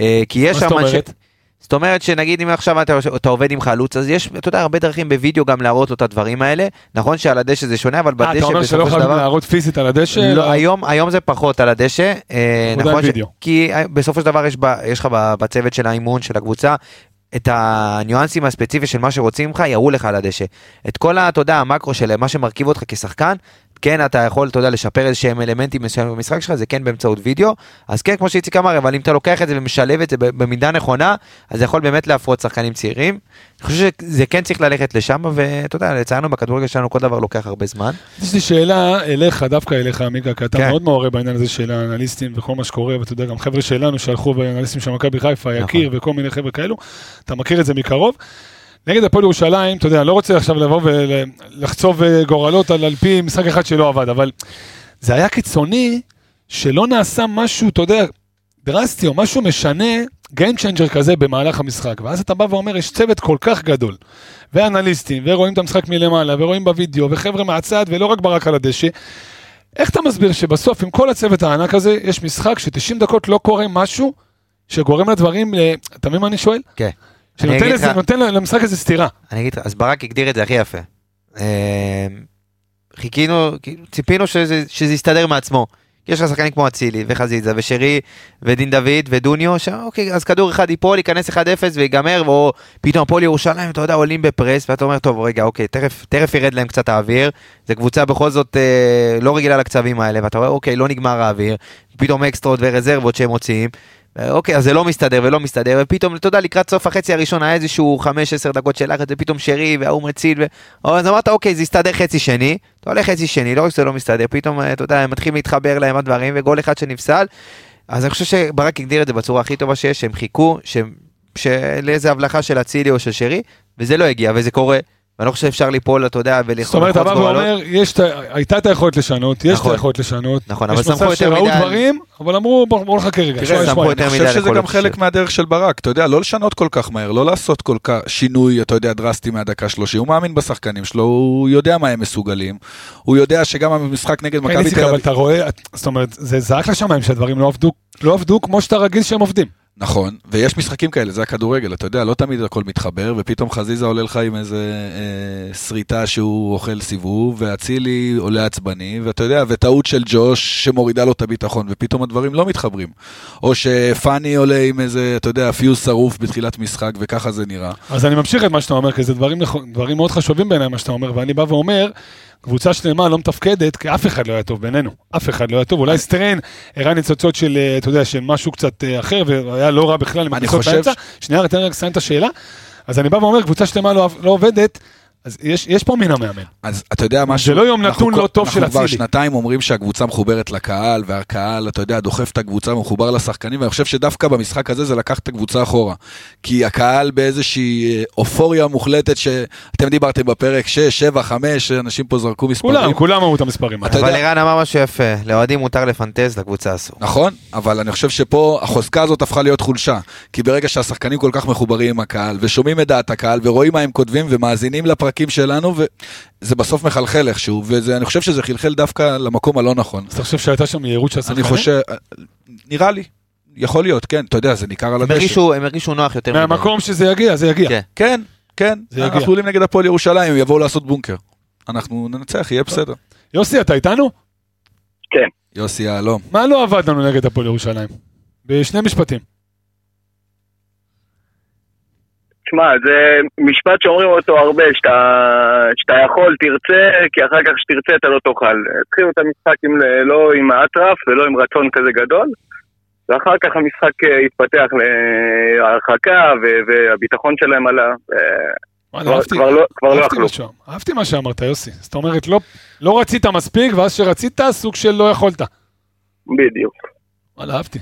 Speaker 5: אה, כי יש
Speaker 3: מה זאת
Speaker 5: שם... אנשי-
Speaker 3: אומרת?
Speaker 5: זאת אומרת שנגיד אם עכשיו אתה, אתה עובד עם חלוץ אז יש אתה יודע הרבה דרכים בווידאו גם להראות לו את הדברים האלה נכון שעל הדשא זה שונה אבל
Speaker 3: אה,
Speaker 5: בדשא
Speaker 3: אתה אומר שלא
Speaker 5: בסופו של
Speaker 3: חייבים
Speaker 5: דבר
Speaker 3: להראות פיזית על הדשא?
Speaker 5: לא,
Speaker 3: אלא-
Speaker 5: היום, היום זה פחות על הדשא, אה,
Speaker 3: עבודה
Speaker 5: נכון?
Speaker 3: עם
Speaker 5: ש...
Speaker 3: וידאו.
Speaker 5: כי אה, בסופו של דבר יש, ב... יש לך ב- בצוות של האימון, של הקבוצה, את הניואנסים הספציפיים של מה שרוצים ממך, יראו לך על הדשא. את כל, ה- אתה יודע, המקרו של מה שמרכיב אותך כשחקן, כן, אתה יכול, אתה יודע, לשפר איזה שהם אלמנטים מסוימים במשחק שלך, זה כן באמצעות וידאו. אז כן, כמו שאיציק אמר, אבל אם אתה לוקח את זה ומשלב את זה ב- במידה נכונה, אז זה יכול באמת להפרות שחקנים צעירים. אני חושב שזה כן צריך ללכת לשם, ואתה יודע, לצערנו בכדורגל שלנו כל דבר לוקח הרבה זמן.
Speaker 3: יש לי שאלה אליך, דווקא אליך, עמיקה, כי אתה
Speaker 5: כן.
Speaker 3: מאוד מעורה בעניין הזה של האנליסטים וכל מה שקורה, ואתה יודע, גם חבר'ה שלנו שהלכו באנליסטים של מכבי חיפה, יקיר וכל מיני חבר'ה כאלו, אתה מכיר את זה מקרוב. נגד הפועל ירושלים, אתה יודע, לא רוצה עכשיו לבוא ולחצוב אה, גורלות על על פי משחק אחד שלא עבד, אבל זה היה קיצוני שלא נעשה משהו, אתה יודע, דרסטי או משהו משנה, Game Changer כזה במהלך המשחק, ואז אתה בא ואומר, יש צוות כל כך גדול, ואנליסטים, ורואים את המשחק מלמעלה, ורואים בווידאו, וחבר'ה מהצד, ולא רק ברק על הדשא. איך אתה מסביר שבסוף, עם כל הצוות הענק הזה, יש משחק ש-90 דקות לא קורה משהו שגורם לדברים, ל- אתה מבין מה אני שואל?
Speaker 5: כן. אני
Speaker 3: שנותן
Speaker 5: אגיד
Speaker 3: איזה,
Speaker 5: לך-
Speaker 3: נותן למשחק איזה סתירה.
Speaker 5: אני אגיד לך, אז ברק הגדיר את זה הכי יפה. אה, חיכינו, כאילו, ציפינו שזה, שזה יסתדר מעצמו. יש לך שחקנים כמו אצילי וחזיזה ושרי ודין דוד ודוניו, שאוקיי, אז כדור אחד ייפול, ייכנס 1-0 ויגמר, או פתאום הפועל ירושלים, אתה יודע, עולים בפרס, ואתה אומר, טוב, רגע, אוקיי, תכף, תכף ירד להם קצת האוויר, זו קבוצה בכל זאת אה, לא רגילה לקצבים האלה, ואתה רואה, אוקיי, לא נגמר האוויר, פתאום אקסטרות ורזרבות שהם מוציאים, אה, אוקיי, אז זה לא מסתדר ולא מסתדר, ופתאום, אתה יודע, לקראת סוף החצי הראשון היה איזשהו 5-10 דקות של לחץ, ופתאום שרי וההוא מציל, ו... או, אז אמרת, אוקיי, זה יסתדר חצי שני, אתה הולך חצי שני, לא רק שזה לא מסתדר, פתאום, אה, אתה יודע, הם מתחילים להתחבר להם הדברים, וגול אחד שנפסל, אז אני חושב שברק הגדיר את זה בצורה הכי טובה שיש, שהם חיכו, שהם... ש- לאיזה הבלחה של אצילי או של שרי, וזה לא הגיע, וזה קורה, ואני לא חושב שאפשר ליפול, אתה יודע, ולחוץ
Speaker 3: זאת אומרת, אתה בא ואומר, יש את ה- הייתה את היכולת לשנות, יש את
Speaker 5: נכון.
Speaker 3: היכולת לשנות.
Speaker 5: נכון, אבל
Speaker 3: יש
Speaker 5: סמכו
Speaker 3: מצב
Speaker 5: יותר
Speaker 3: שראו
Speaker 5: מדי.
Speaker 3: דברים, אבל אמרו, בוא בוא נחכה רגע.
Speaker 5: תראה,
Speaker 3: שבועיים,
Speaker 5: סמכו
Speaker 3: שבועיים.
Speaker 5: יותר
Speaker 4: אני
Speaker 5: מדי
Speaker 4: חושב שזה
Speaker 5: לכל
Speaker 4: גם חלק
Speaker 5: הפסד.
Speaker 4: מהדרך של ברק, אתה יודע, לא לשנות כל כך מהר, לא לעשות כל כך שינוי, אתה יודע, דרסטי מהדקה 30, הוא מאמין בשחקנים שלו, הוא יודע מה הם מסוגלים, הוא יודע שגם המשחק נגד
Speaker 3: כן,
Speaker 4: מכבי
Speaker 3: איציק,
Speaker 4: תל
Speaker 3: אבל
Speaker 4: אביב,
Speaker 3: אתה רואה, את- זאת אומרת, זה זעק לשמיים שהדברים לא עבדו- לא עבדו כמו שאתה רגיל שהם עובדים.
Speaker 4: נכון, ויש משחקים כאלה, זה הכדורגל, אתה יודע, לא תמיד הכל מתחבר, ופתאום חזיזה עולה לך עם איזה אה, שריטה שהוא אוכל סיבוב, ואצילי עולה עצבני, ואתה יודע, וטעות של ג'וש שמורידה לו את הביטחון, ופתאום הדברים לא מתחברים. או שפאני עולה עם איזה, אתה יודע, פיוז שרוף בתחילת משחק, וככה זה נראה.
Speaker 3: אז אני ממשיך את מה שאתה אומר, כי זה דברים, נכו- דברים מאוד חשובים בעיניי, מה שאתה אומר, ואני בא ואומר, קבוצה שלמה לא מתפקדת, כי אף אחד לא היה טוב בינינו, אף אחד לא היה טוב, אולי סטרן הראה ניצוצות של, אה, אתה יודע, של משהו קצת אה, אחר, והיה לא רע בכלל עם
Speaker 4: אני
Speaker 3: הכניסות
Speaker 4: חושב
Speaker 3: באמצע. שנייה, תן לי רק לסיים את השאלה. אז אני בא ואומר, קבוצה שלמה לא, לא עובדת, אז יש, יש פה מן המאמן.
Speaker 4: אז אתה יודע משהו,
Speaker 3: לא יום
Speaker 4: אנחנו
Speaker 3: נתון
Speaker 4: כל-
Speaker 3: לא טוב של
Speaker 4: אנחנו כבר
Speaker 3: אצילי.
Speaker 4: שנתיים אומרים שהקבוצה מחוברת לקהל, והקהל, אתה יודע, דוחף את הקבוצה ומחובר לשחקנים, ואני חושב שדווקא במשחק הזה זה לקח את הקבוצה אחורה. כי הקהל באיזושהי אה, אופוריה מוחלטת, שאתם דיברתם בפרק 6, 7, 5, אנשים פה זרקו מספרים.
Speaker 3: כולם, כולם אמרו את המספרים האלה.
Speaker 4: אתה
Speaker 5: אבל
Speaker 4: יודע-
Speaker 5: ערן אמר משהו יפה, לאוהדים מותר לפנטז, לקבוצה אסור.
Speaker 4: נכון, אבל אני חושב שפה החוזקה הזאת הפכה להיות חולשה. כי ברגע שהשחקנים כל כך מחוברים עם הקהל, ושומעים את דעת הקהל, ורואים מה הם כותבים, ומאזינים לפרקים שלנו, וזה בסוף מחלחל איכשהו, ואני חושב שזה חלחל דווקא למקום הלא נכון.
Speaker 3: אז אתה חושב שהייתה שם יהירות של
Speaker 4: אני
Speaker 3: השחקנים?
Speaker 4: חושב, נראה לי, יכול להיות, כן, אתה יודע, זה ניכר על
Speaker 5: הם
Speaker 4: הדשא.
Speaker 5: הרגישו- הם הרגישו נוח יותר מדי.
Speaker 3: מהמקום שזה יגיע, זה יגיע.
Speaker 5: כן.
Speaker 4: כן, כן,
Speaker 3: זה יגיע.
Speaker 4: אנחנו עולים נגד הפועל ירושלים, הם יבואו לעשות בונקר. אנחנו ננצח, יהיה בסדר.
Speaker 3: יוסי, אתה איתנו?
Speaker 4: יוסי יהלום.
Speaker 3: מה לא עבד לנו נגד הפועל ירושלים? בשני משפטים.
Speaker 6: תשמע, זה משפט שאומרים אותו הרבה, שאתה, שאתה יכול, תרצה, כי אחר כך שתרצה אתה לא תאכל. התחילו את המשחק עם, לא עם האטרף ולא עם רצון כזה גדול, ואחר כך המשחק אה, התפתח להרחקה, ו- והביטחון שלהם עלה. אה,
Speaker 3: וואלה,
Speaker 6: כבר,
Speaker 3: אהבתי.
Speaker 6: כבר לא, כבר לא
Speaker 3: אהבתי
Speaker 6: אכלו.
Speaker 3: מה שאמרת, אהבתי מה שאמרת, יוסי. זאת אומרת, לא, לא רצית מספיק, ואז שרצית, סוג של לא יכולת.
Speaker 6: בדיוק.
Speaker 3: וואלה, אהבתי.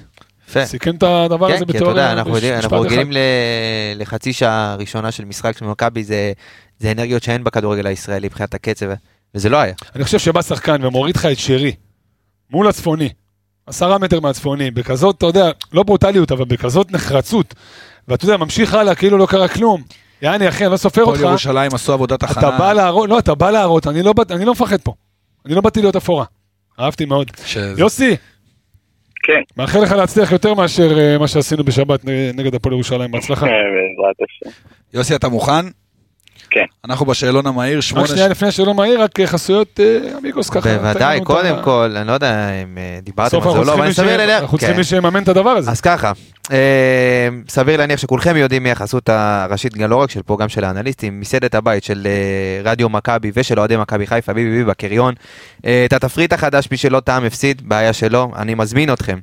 Speaker 5: יפה.
Speaker 3: סיכם את הדבר
Speaker 5: כן,
Speaker 3: הזה
Speaker 5: כי אתה יודע,
Speaker 3: בתיאוריה.
Speaker 5: אנחנו
Speaker 3: בש-
Speaker 5: יודעים- אנחנו
Speaker 3: משפט
Speaker 5: רגילים
Speaker 3: אחד.
Speaker 5: ל- לחצי שעה ראשונה של משחק של מכבי, זה- זה אנרגיות שאין בכדורגל הישראלי מבחינת הקצב, וזה לא היה.
Speaker 3: אני חושב שבא שחקן ומוריד לך את שרי, מול הצפוני, עשרה מטר מהצפוני, בכזאת, אתה יודע, לא ברוטליות, אבל בכזאת נחרצות, ואתה יודע, ממשיך הלאה, כאילו לא קרה כלום. יעני, אחי, אני לא סופר
Speaker 4: הפועל
Speaker 3: אותך.
Speaker 4: ירושלים עשו עבודת
Speaker 3: אתה בא
Speaker 4: הכנה.
Speaker 3: להראות, לא, אתה בא להראות, אני לא באת- אני לא מפחד פה. אני לא באתי להיות אפורה. אהבתי מאוד.
Speaker 4: שזה-
Speaker 3: יוסי,
Speaker 6: כן.
Speaker 3: מאחל לך להצליח יותר מאשר אה, מה שעשינו בשבת נ- נגד הפועל ירושלים, בהצלחה.
Speaker 6: אה, בעזרת השם.
Speaker 4: יוסי, אתה מוכן?
Speaker 6: כן.
Speaker 4: אנחנו בשאלון המהיר,
Speaker 3: רק
Speaker 4: שמונה...
Speaker 3: שנייה לפני השאלה מהיר, רק אה, חסויות אה, אמיגוס ככה. תן
Speaker 5: בוודאי,
Speaker 3: לנו את
Speaker 5: קודם
Speaker 3: ה-
Speaker 5: כל, אני לא יודע אם אה, דיברתם על
Speaker 3: בסוף
Speaker 5: זה או
Speaker 3: אנחנו
Speaker 5: לא,
Speaker 3: צריכים
Speaker 5: אבל
Speaker 3: מי
Speaker 5: סביר
Speaker 3: ש-
Speaker 5: להניח...
Speaker 3: אנחנו צריכים
Speaker 5: כן.
Speaker 3: מי שיממן את הדבר הזה.
Speaker 5: אז ככה, אה, סביר להניח שכולכם יודעים מי החסות הראשית, גם לא רק של פה, גם של האנליסטים, מסעדת הבית של אה, רדיו מכבי ושל אוהדי מכבי חיפה, ביבי ביבי בקריון. אה, את התפריט החדש, מי שלא טעם הפסיד, בעיה שלו, אני מזמין אתכם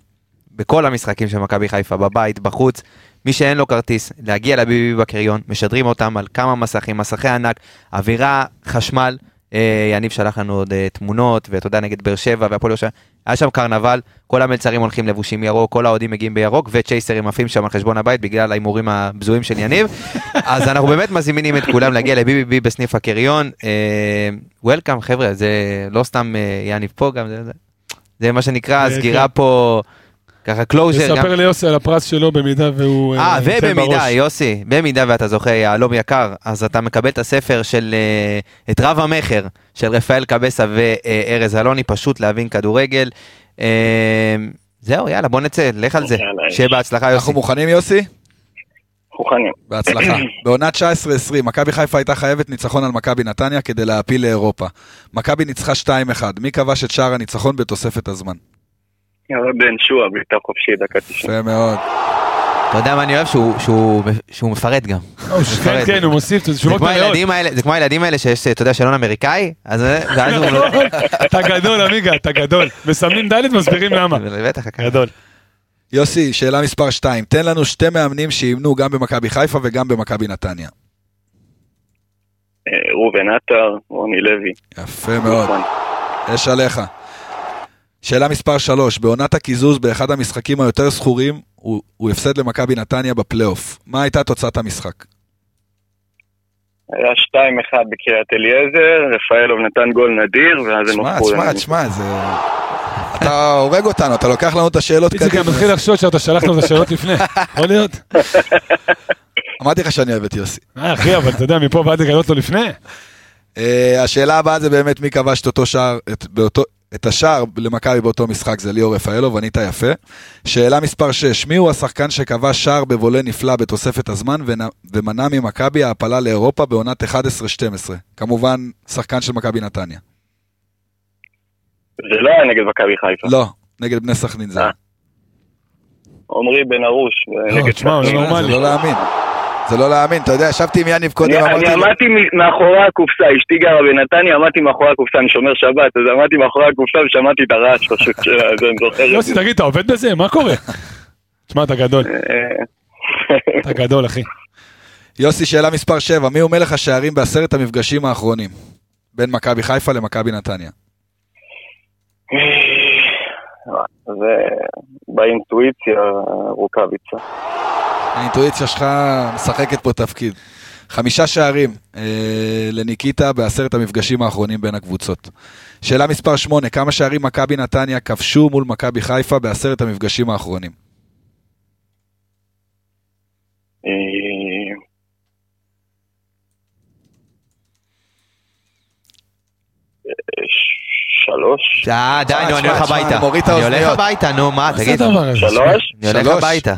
Speaker 5: בכל המשחקים של מכבי חיפה, בבית, בחוץ. מי שאין לו כרטיס, להגיע לביבי בקריון, משדרים אותם על כמה מסכים, מסכי ענק, אווירה, חשמל. אה, יניב שלח לנו עוד אה, תמונות, ואתה יודע, נגד באר שבע והפועל ירושלים. היה שם קרנבל, כל המלצרים הולכים לבושים ירוק, כל האוהדים מגיעים בירוק, וצ'ייסרים עפים שם על חשבון הבית בגלל ההימורים הבזויים של יניב. אז אנחנו באמת מזמינים את כולם להגיע לביבי בסניף הקריון. וולקאם, חבר'ה, זה לא סתם אה, יניב פה גם, זה- זה- זה מה שנקרא,
Speaker 3: אה,
Speaker 5: הסגירה
Speaker 3: כן.
Speaker 5: פה, ככה קלוז'ר.
Speaker 3: תספר ליוסי על הפרס שלו במידה והוא...
Speaker 5: אה,
Speaker 3: ייתן
Speaker 5: ובמידה,
Speaker 3: בראש.
Speaker 5: יוסי, במידה ואתה זוכה יהלום יקר, אז אתה מקבל את הספר של, אה, את רב המכר של רפאל קבסה וארז אלוני, פשוט להבין כדורגל. אה, זהו, יאללה, בוא נצא, לך על זה.
Speaker 6: יאללה,
Speaker 5: שיהיה בהצלחה, יוסי.
Speaker 4: אנחנו מוכנים, יוסי?
Speaker 6: מוכנים.
Speaker 4: בהצלחה. בעונה 19-20, מכבי חיפה הייתה חייבת ניצחון על מכבי נתניה כדי להעפיל לאירופה. מכבי ניצחה 2-1, מי כבש את שער הניצחון בתוספת הזמן?
Speaker 6: יאללה, בן שועה, בעיטה חופשית, דקה 90.
Speaker 4: יפה מאוד.
Speaker 5: אתה יודע מה אני אוהב? שהוא- שהוא- שהוא מפרט גם.
Speaker 3: אה, הוא ש- כן,
Speaker 5: מפרט.
Speaker 3: כן, הוא מוסיף, זה
Speaker 5: זה
Speaker 3: תשובות
Speaker 5: כמו
Speaker 3: מלאות.
Speaker 5: הילדים האלה- זה כמו הילדים האלה שיש, אתה יודע, שאלון אמריקאי, אז אה, ואז
Speaker 3: לא,
Speaker 5: הוא...
Speaker 3: אתה גדול, עמיגה, אתה גדול. מסמנים ד' מסבירים למה.
Speaker 5: בטח,
Speaker 3: גדול.
Speaker 4: יוסי, שאלה מספר 2. תן לנו שתי מאמנים שאימנו גם במכבי חיפה וגם במכבי נתניה.
Speaker 6: אה, ראובן עטר, רוני לוי.
Speaker 4: יפה מאוד,
Speaker 6: נכון.
Speaker 4: יש עליך. שאלה מספר 3. בעונת הקיזוז באחד המשחקים היותר זכורים הוא, הוא הפסד למכבי נתניה בפלייאוף. מה הייתה תוצאת המשחק?
Speaker 6: היה 2-1 בקריית אליעזר, רפאלוב נתן גול נדיר, ואז הם
Speaker 4: תשמע,
Speaker 6: הפכו...
Speaker 4: תשמע,
Speaker 6: לנו.
Speaker 4: תשמע, זה... אתה הורג אותנו, אתה לוקח לנו את השאלות
Speaker 3: איציק, אני
Speaker 4: קדימה.
Speaker 3: מתחיל לחשוד שאתה שלחת לו את השאלות לפני, יכול להיות?
Speaker 4: אמרתי לך שאני אוהב את יוסי.
Speaker 3: אה, אחי, אבל אתה יודע, מפה ועד לגלות לו לפני.
Speaker 4: אה, השאלה הבאה זה באמת מי כבש את אותו שער, את, באותו, את השער למכבי באותו משחק, זה ליאור רפאלוב, ענית יפה. שאלה מספר 6, מי הוא השחקן שכבש שער בבולה נפלא בתוספת הזמן ונ- ומנע ממכבי העפלה לאירופה בעונת 11-12? כמובן, שחקן של מכבי נתניה.
Speaker 6: זה לא היה נגד מכבי חיפה.
Speaker 4: לא, נגד בני סכנין זה. לא.
Speaker 6: אה, עמרי בן ארוש.
Speaker 3: לא,
Speaker 6: נגד
Speaker 3: תשמע, הוא לא
Speaker 6: סכנין.
Speaker 4: תשמע, זה
Speaker 3: נורמלי.
Speaker 4: לא להאמין. זה לא להאמין, אתה לא יודע, ישבתי עם יניב קודם,
Speaker 6: אני-
Speaker 4: אמרתי
Speaker 6: אני
Speaker 4: לו,
Speaker 6: עמדתי מ- מאחורי הקופסה, אשתי גרה בנתניה, עמדתי מאחורי הקופסה, אני שומר שבת, אז עמדתי מאחורי הקופסה ושמעתי את הרעש פשוט שלה, אז אני זוכר את
Speaker 3: יוסי,
Speaker 6: זה.
Speaker 3: תגיד, אתה עובד בזה? מה קורה? תשמע, אתה גדול,
Speaker 6: אה,
Speaker 3: אתה גדול, אחי.
Speaker 4: יוסי, שאלה מספר 7, מי הוא מלך השערים בעשרת המפגשים האחרונים? בין מכבי חיפה למכבי נתניה.
Speaker 6: אה, זה באינטואיציה רוקאביצה.
Speaker 4: האינטואיציה שלך משחקת פה תפקיד. חמישה שערים אה, לניקיטה בעשרת המפגשים האחרונים בין הקבוצות. שאלה מספר 8, כמה שערים מכבי נתניה כבשו מול מכבי חיפה בעשרת המפגשים האחרונים?
Speaker 6: אה, ש- שלוש?
Speaker 5: אה, די, נו, אני הולך
Speaker 4: תשמע,
Speaker 5: הביתה.
Speaker 4: מוריד את
Speaker 5: אני הולך
Speaker 4: האוזניות.
Speaker 5: הביתה, נו, מה,
Speaker 3: מה זה
Speaker 5: תגיד.
Speaker 3: הדבר הזה?
Speaker 6: שלוש?
Speaker 5: אני הולך
Speaker 4: שלוש.
Speaker 5: הביתה.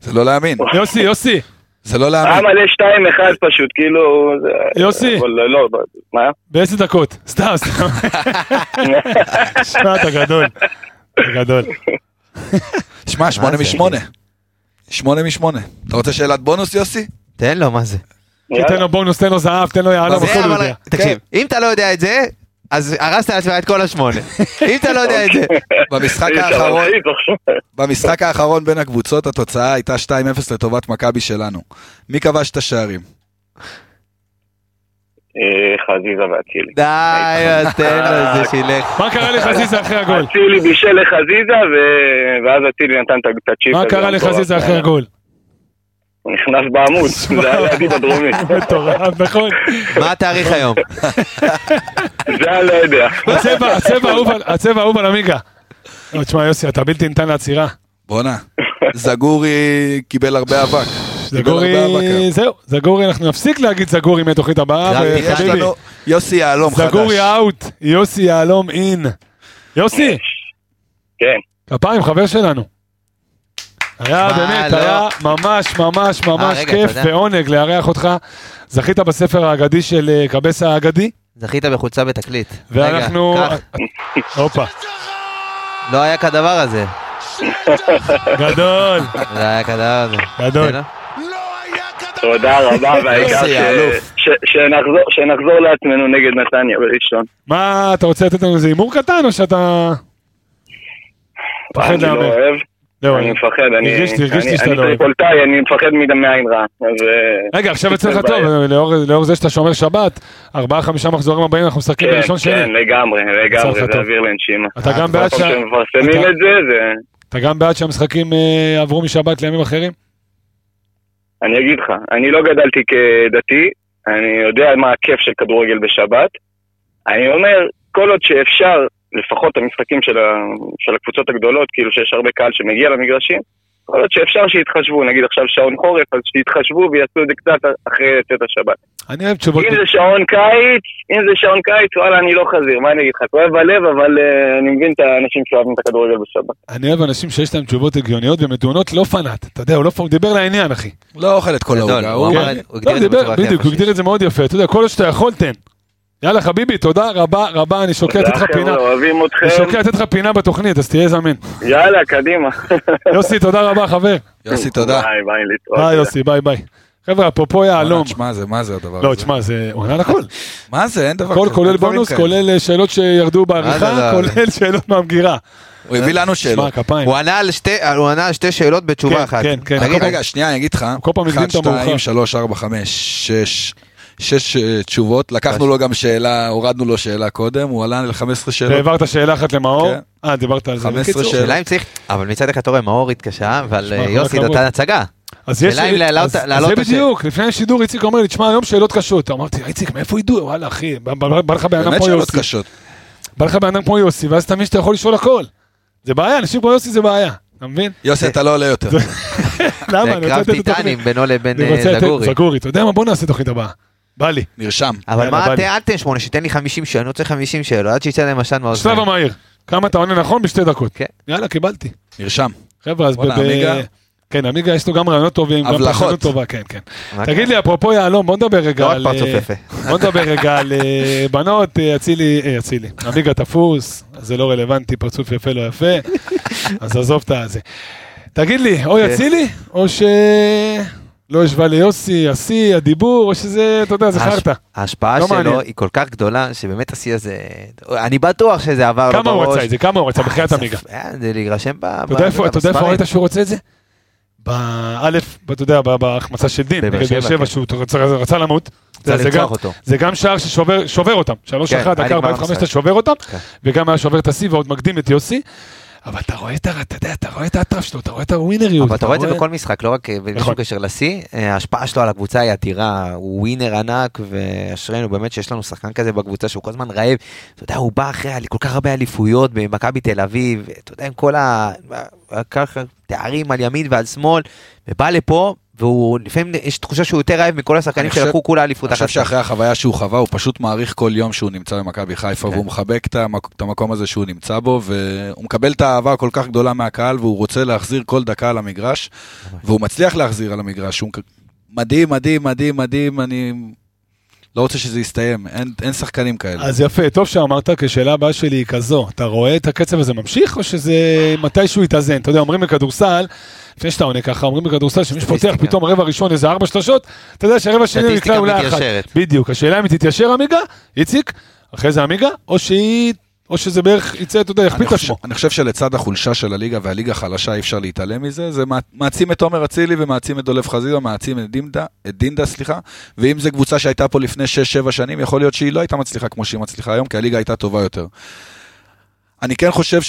Speaker 4: זה לא להאמין,
Speaker 3: יוסי, יוסי,
Speaker 4: זה לא
Speaker 6: היה
Speaker 4: להאמין.
Speaker 6: אה, מלא שתיים אחד פשוט, כאילו... זה-
Speaker 3: יוסי.
Speaker 6: אבל לא, מה?
Speaker 3: בעשר דקות. סתם, סתם. תשמע, אתה גדול. אתה גדול.
Speaker 4: שמע, שמונה
Speaker 5: זה?
Speaker 4: משמונה. שמונה משמונה. אתה רוצה שאלת בונוס, יוסי?
Speaker 5: תן לו, מה זה?
Speaker 3: תן לו בונוס, תן לו זהב, תן לו יהלום,
Speaker 5: זה,
Speaker 3: הכל הוא
Speaker 5: אבל-
Speaker 3: יודע.
Speaker 5: תקשיב, אם אתה לא יודע את זה, אז הרסת לעצמך את כל השמונה. אם אתה לא יודע את זה.
Speaker 4: במשחק
Speaker 6: אי אפשר
Speaker 4: האחרון,
Speaker 6: להחליט עכשיו.
Speaker 4: במשחק האחרון בין הקבוצות התוצאה הייתה 2-0 לטובת מכבי שלנו. מי כבש את השערים?
Speaker 6: אה, חזיזה ואצילי.
Speaker 5: די, אז תן לו, זה שילך.
Speaker 3: מה קרה לחזיזה אחרי הגול?
Speaker 6: אצילי בישל לחזיזה, ו- ואז אצילי נתן את ה- את הצ'יפ.
Speaker 3: מה
Speaker 6: הזה
Speaker 3: קרה
Speaker 6: המטורף.
Speaker 3: לחזיזה אחרי הגול?
Speaker 6: הוא נכנס בעמוד, זה היה לידי בדרומי.
Speaker 3: מטורף, נכון.
Speaker 5: מה התאריך היום?
Speaker 6: זה היה לא יודע.
Speaker 3: הצבע, הצבע האהוב על- הצבע האהוב על עמיגה. לא, תשמע, יוסי, אתה בלתי ניתן לעצירה.
Speaker 4: בואנה, זגורי קיבל הרבה אבק. קיבל הרבה
Speaker 3: זגורי,
Speaker 4: אבק. אה.
Speaker 3: זהו, זגורי, אנחנו נפסיק להגיד זגורי מהתוכנית הבאה,
Speaker 5: גרנדי
Speaker 4: יש
Speaker 3: וחביבי,
Speaker 4: לנו יוסי יהלום חדש.
Speaker 3: זגורי אאוט, יוסי יהלום אין. יוסי,
Speaker 6: כן.
Speaker 3: כפיים, חבר שלנו. היה
Speaker 5: שמע,
Speaker 3: באמת,
Speaker 5: לא. אה,
Speaker 3: היה ממש ממש ממש
Speaker 5: רגע,
Speaker 3: כיף
Speaker 5: תודה.
Speaker 3: ועונג לארח אותך. זכית בספר האגדי של אה, קבסה האגדי,
Speaker 5: זכית בחולצה בתקליט.
Speaker 3: ואנחנו...
Speaker 5: רגע,
Speaker 3: הופה,
Speaker 5: קח. לא היה כדבר הזה.
Speaker 3: גדול,
Speaker 5: לא היה כדבר הזה. כן, לא?
Speaker 3: גדול.
Speaker 5: בסדר?
Speaker 6: תודה רבה, והעיקר
Speaker 4: יוסי,
Speaker 6: ש-
Speaker 4: האלוף.
Speaker 6: ש- שנחזור- שנחזור לעצמנו נגד נתניה בראשון.
Speaker 3: מה, אתה רוצה לתת לנו איזה הימור קטן, או שאתה...
Speaker 6: אני
Speaker 3: פחד
Speaker 6: לא
Speaker 3: להמר.
Speaker 6: אוהב,
Speaker 3: זהו,
Speaker 6: אני
Speaker 3: אני-
Speaker 6: מפחד, אני
Speaker 3: הרגשתי, הרגשתי
Speaker 6: אני-
Speaker 3: שאתה
Speaker 6: אני
Speaker 3: לא אוהב.
Speaker 6: טריפולטאי, אני מפחד מדם- מעין רעה. אז, אה,
Speaker 3: רגע, עכשיו אצלך
Speaker 6: אין
Speaker 3: טוב,
Speaker 6: בעיה.
Speaker 3: לאור- לאור זה שאתה שומר שבת, ארבעה חמישה מחזורים הבאים אנחנו משחקים
Speaker 6: כן,
Speaker 3: בראשון
Speaker 6: כן, אה, אוקיי.
Speaker 3: שני.
Speaker 6: לגמרי, לגמרי,
Speaker 3: הצלחת
Speaker 6: זה
Speaker 3: טוב.
Speaker 6: אוויר לנשימה.
Speaker 3: אתה גם בעד
Speaker 6: במקום
Speaker 3: שה-
Speaker 6: שמפרסמים
Speaker 3: אתה-
Speaker 6: את זה, זה...
Speaker 3: אתה גם בעד שהמשחקים אה, עברו משבת לימים אחרים?
Speaker 6: אני אגיד לך, אני לא גדלתי כדתי, אני יודע מה הכיף של כדורגל בשבת. אני אומר, כל עוד שאפשר, לפחות המשחקים של, ה, של הקבוצות הגדולות, כאילו שיש הרבה קהל שמגיע למגרשים, כל עוד שאפשר שיתחשבו, נגיד עכשיו שעון חורף, אז שיתחשבו ויעשו את זה קצת אחרי צאת השבת.
Speaker 3: אני אוהב תשובות,
Speaker 6: אם זה שעון קיץ, אם זה שעון קיץ, וואלה, אני לא חזיר, מה אני אגיד לך? כואב הלב, אבל אה, אני מבין את האנשים שאוהבים את הכדורגל בשבת.
Speaker 3: אני אוהב אנשים שיש להם תשובות הגיוניות ומתונות, לא פנאט, אתה יודע, הוא לא פנאט, הוא דיבר לעניין אחי.
Speaker 4: לא אוכל את כל
Speaker 5: גדול,
Speaker 4: העוגה.
Speaker 5: הוא
Speaker 4: הוא-
Speaker 5: אמר-
Speaker 3: כן.
Speaker 5: הוא הגדיר
Speaker 3: לא,
Speaker 5: את זה
Speaker 3: דיבר-
Speaker 5: בצורה הכי
Speaker 3: בדיוק,
Speaker 5: יפה
Speaker 3: הוא הגדיר את זה מאוד יפה, אתה יודע, כל עוד שאתה יכול תן. יאללה חביבי, תודה רבה רבה, אני שוקל לתת לך
Speaker 6: תודה,
Speaker 3: פינה.
Speaker 6: חבר'ה, אוהבים
Speaker 3: אני
Speaker 6: אתכם,
Speaker 3: שוקל לתת לך פינה בתוכנית, אז תהיה זמין.
Speaker 6: יאללה, קדימה.
Speaker 3: יוסי, תודה רבה חבר.
Speaker 4: יוסי, תודה.
Speaker 6: ביי, ביי, להתראות.
Speaker 3: ביי יוסי, ביי ביי. חבר'ה, אפרופו יהלום.
Speaker 4: לא, תשמע, זה מה זה הדבר הזה?
Speaker 3: אה, לא, תשמע, זה עונה על הכל.
Speaker 4: מה זה, אין דבר
Speaker 3: הכל
Speaker 4: כזה,
Speaker 3: כולל
Speaker 4: אין דברים
Speaker 3: בונוס,
Speaker 4: כאלה.
Speaker 3: כולל אה, שאלות שירדו בעריכה,
Speaker 5: אה, לא, לא,
Speaker 3: כולל שאלות מהמגירה.
Speaker 4: הוא הביא לנו
Speaker 3: שמע,
Speaker 4: שאלות.
Speaker 3: כפיים.
Speaker 5: הוא ענה על שתי- הוא ענה על שתי שאלות
Speaker 3: כן,
Speaker 5: בתשובה אחת.
Speaker 3: כן, כן.
Speaker 5: תגיד,
Speaker 4: רגע, שנייה, אני אגיד לך.
Speaker 3: כל פעם מקדים את
Speaker 4: 1,
Speaker 3: המאוחר.
Speaker 4: 2, 3, 4, 5, 6. שש אה, תשובות, לקחנו לו גם שאלה, הורדנו לו שאלה קודם, הוא עלה ל-15 שאלות.
Speaker 3: והעברת שאלה אחת למאור?
Speaker 4: כן.
Speaker 3: אה, דיברת על זה.
Speaker 4: 15
Speaker 3: בקיצור,
Speaker 4: שאלות.
Speaker 5: השאלה אם צריך, אבל מצד אחד אתה רואה, מאור התקשה, אבל
Speaker 3: שמע,
Speaker 5: אה,
Speaker 3: כל
Speaker 5: יוסי
Speaker 3: הכבוד.
Speaker 5: נתן הצגה.
Speaker 3: אז יש...
Speaker 5: השאלה אם להעלות-
Speaker 3: אז- אז
Speaker 5: להעלות
Speaker 3: זה
Speaker 5: את השאלה.
Speaker 3: בדיוק, לפני השידור איציק אומר לי, תשמע, היום שאלות קשות. אמרתי, איציק, מאיפה ידעו? וואלה, אחי, בא- בא בא לך בן אדם
Speaker 4: באמת
Speaker 3: כמו
Speaker 4: שאלות
Speaker 3: יוסי.
Speaker 4: קשות.
Speaker 3: בא לך בן אדם כמו יוסי, ואז אתה מבין שאתה יכול לשאול הכל. זה בעיה, אנשים כמו יוסי זה בעיה. אתה מבין?
Speaker 4: יוסי, אתה לא עולה יותר.
Speaker 5: זה
Speaker 3: למה? אני רוצה
Speaker 5: קרב
Speaker 3: לתת את התוכנית.
Speaker 5: טיטנים בינו לבין
Speaker 3: אני
Speaker 5: אה,
Speaker 3: רוצה לתת-
Speaker 5: זגורי.
Speaker 3: זגורי. אתה יודע מה? בוא נעשה תוכנית הבאה. בא לי.
Speaker 4: נרשם.
Speaker 5: אבל
Speaker 3: יאללה,
Speaker 5: מה,
Speaker 3: בא לי.
Speaker 5: ת- אל תן שמונה, שתן לי 50 שאלות, אני רוצה 50 שאלות, עד שיצא להם עשן
Speaker 3: שלב
Speaker 5: מהאוזניים.
Speaker 3: המהיר. כמה אתה עונה נכון בשתי דקות.
Speaker 5: אה, כן.
Speaker 3: יאללה, קיבלתי.
Speaker 4: נרשם.
Speaker 3: חבר'ה, אז...
Speaker 4: בואנה,
Speaker 3: ב- ב-
Speaker 4: עמיגה.
Speaker 3: כן, עמיגה יש לו גם רעיונות טובים, גם
Speaker 4: הבלחות.
Speaker 3: פרשנות טובה, כן, כן.
Speaker 5: מה
Speaker 3: תגיד לי, אפרופו יהלום, בוא נדבר רגע
Speaker 5: לא רק
Speaker 3: על...
Speaker 5: פרצוף
Speaker 3: אה,
Speaker 5: יפה.
Speaker 3: בוא נדבר רגע על אה, בנות, אה, אצילי, אה, אצילי, עמיגה תפוס, זה לא רלוונטי, פרצוף יפה לא יפה, אז עזוב את הזה. תגיד לי,
Speaker 5: כן.
Speaker 3: אוי אצילי, או ש... לא ישבה ליוסי, השיא, הדיבור, או שזה, אתה יודע, זה
Speaker 5: ההש-
Speaker 3: חרטא.
Speaker 5: ההשפעה
Speaker 3: לא מעניין.
Speaker 5: שלו היא כל כך גדולה, שבאמת השיא הזה, אני בטוח שזה עבר לו
Speaker 3: כמה הוא
Speaker 5: בראש.
Speaker 3: רצה את זה? כמה הוא רצה? בחייאת
Speaker 5: אה,
Speaker 3: עמיגה.
Speaker 5: זה- אה, זה להירשם ב...
Speaker 3: אתה יודע איפה אתה יודע איפה ראית שהוא רוצה את זה? באלף, אתה יודע, ב- בהחמצה של דין,
Speaker 5: בבאר
Speaker 3: נגד באר
Speaker 5: שבע,
Speaker 3: שבע,
Speaker 5: כן.
Speaker 3: שהוא רצה- רצה למות.
Speaker 5: זה
Speaker 3: זה גם-
Speaker 5: לרצוח אותו.
Speaker 3: זה גם שער ששובר שובר אותם, 3-1,
Speaker 5: כן, היה
Speaker 3: דקה
Speaker 5: נגמר
Speaker 3: 45
Speaker 5: המשחק.
Speaker 3: אתה שובר אותם,
Speaker 5: כן.
Speaker 3: וגם היה שובר את השיא ועוד מקדים את יוסי, אבל אתה רואה את ה- אתה יודע, אתה רואה את האטרף שלו, כאילו, אתה רואה את הווינריות.
Speaker 5: אבל אתה רואה את זה בכל משחק, לא רק אה,
Speaker 3: נכון.
Speaker 5: בלי קשר לשיא, אה, ההשפעה שלו על הקבוצה היא אדירה, הוא ווינר ענק, ואשרינו באמת שיש לנו שחקן כזה בקבוצה שהוא כל הזמן רעב. אתה יודע, הוא בא אחרי כל כך הרבה אליפויות במכבי תל אביב, אתה יודע, עם כל ה- ה- ככה תארים על ימין ועל שמאל, ובא לפה, והוא לפעמים יש תחושה שהוא יותר רעב מכל השחקנים
Speaker 4: אני חושב-
Speaker 5: שלקחו כולה אליפות
Speaker 4: אני חושב
Speaker 5: אחת.
Speaker 4: שאחרי החוויה שהוא חווה, הוא פשוט מעריך כל יום שהוא נמצא במכבי חיפה, והוא מחבק את המק- את המקום הזה שהוא נמצא בו, והוא מקבל את האהבה הכל כך גדולה מהקהל, והוא רוצה להחזיר כל דקה על המגרש, והוא מצליח להחזיר על המגרש. הוא מק- מדהים, מדהים, מדהים, מדהים, אני לא רוצה שזה יסתיים, אין- אין שחקנים כאלה.
Speaker 3: אז יפה, טוב שאמרת, כי השאלה הבאה שלי היא כזו, אתה רואה את הקצב הזה ממשיך, או שזה מתישהו יתאזן? אתה יודע, אומרים בכדורסל, לפני שאתה עונה ככה, אומרים בכדורסל שמי שפותח
Speaker 5: סטטיסטיקה.
Speaker 3: פתאום רבע ראשון איזה ארבע שלשות, אתה יודע שהרבע השני נקלע
Speaker 5: סטטיסטיקה
Speaker 3: אולי אחת.
Speaker 5: מתיישרת.
Speaker 3: בדיוק, השאלה אם היא תתיישר עמיגה, איציק, אחרי זה עמיגה, או שהיא, או שזה בערך יצא, אתה יודע,
Speaker 4: אני
Speaker 3: יכפיל את
Speaker 4: חושב-
Speaker 3: עצמו.
Speaker 4: אני חושב שלצד החולשה של הליגה והליגה החלשה אי אפשר להתעלם מזה, זה מע- מעצים את עומר אצילי ומעצים את דולף חזיזה, מעצים את דינדה, את דינדה, סליחה, ואם זו קבוצה שהייתה פה לפני 6-7 שנים, יכול להיות שהיא לא הייתה מצליחה כמו שהיא מצליחה היום, כי הליגה הייתה טובה יותר. אני כן חושב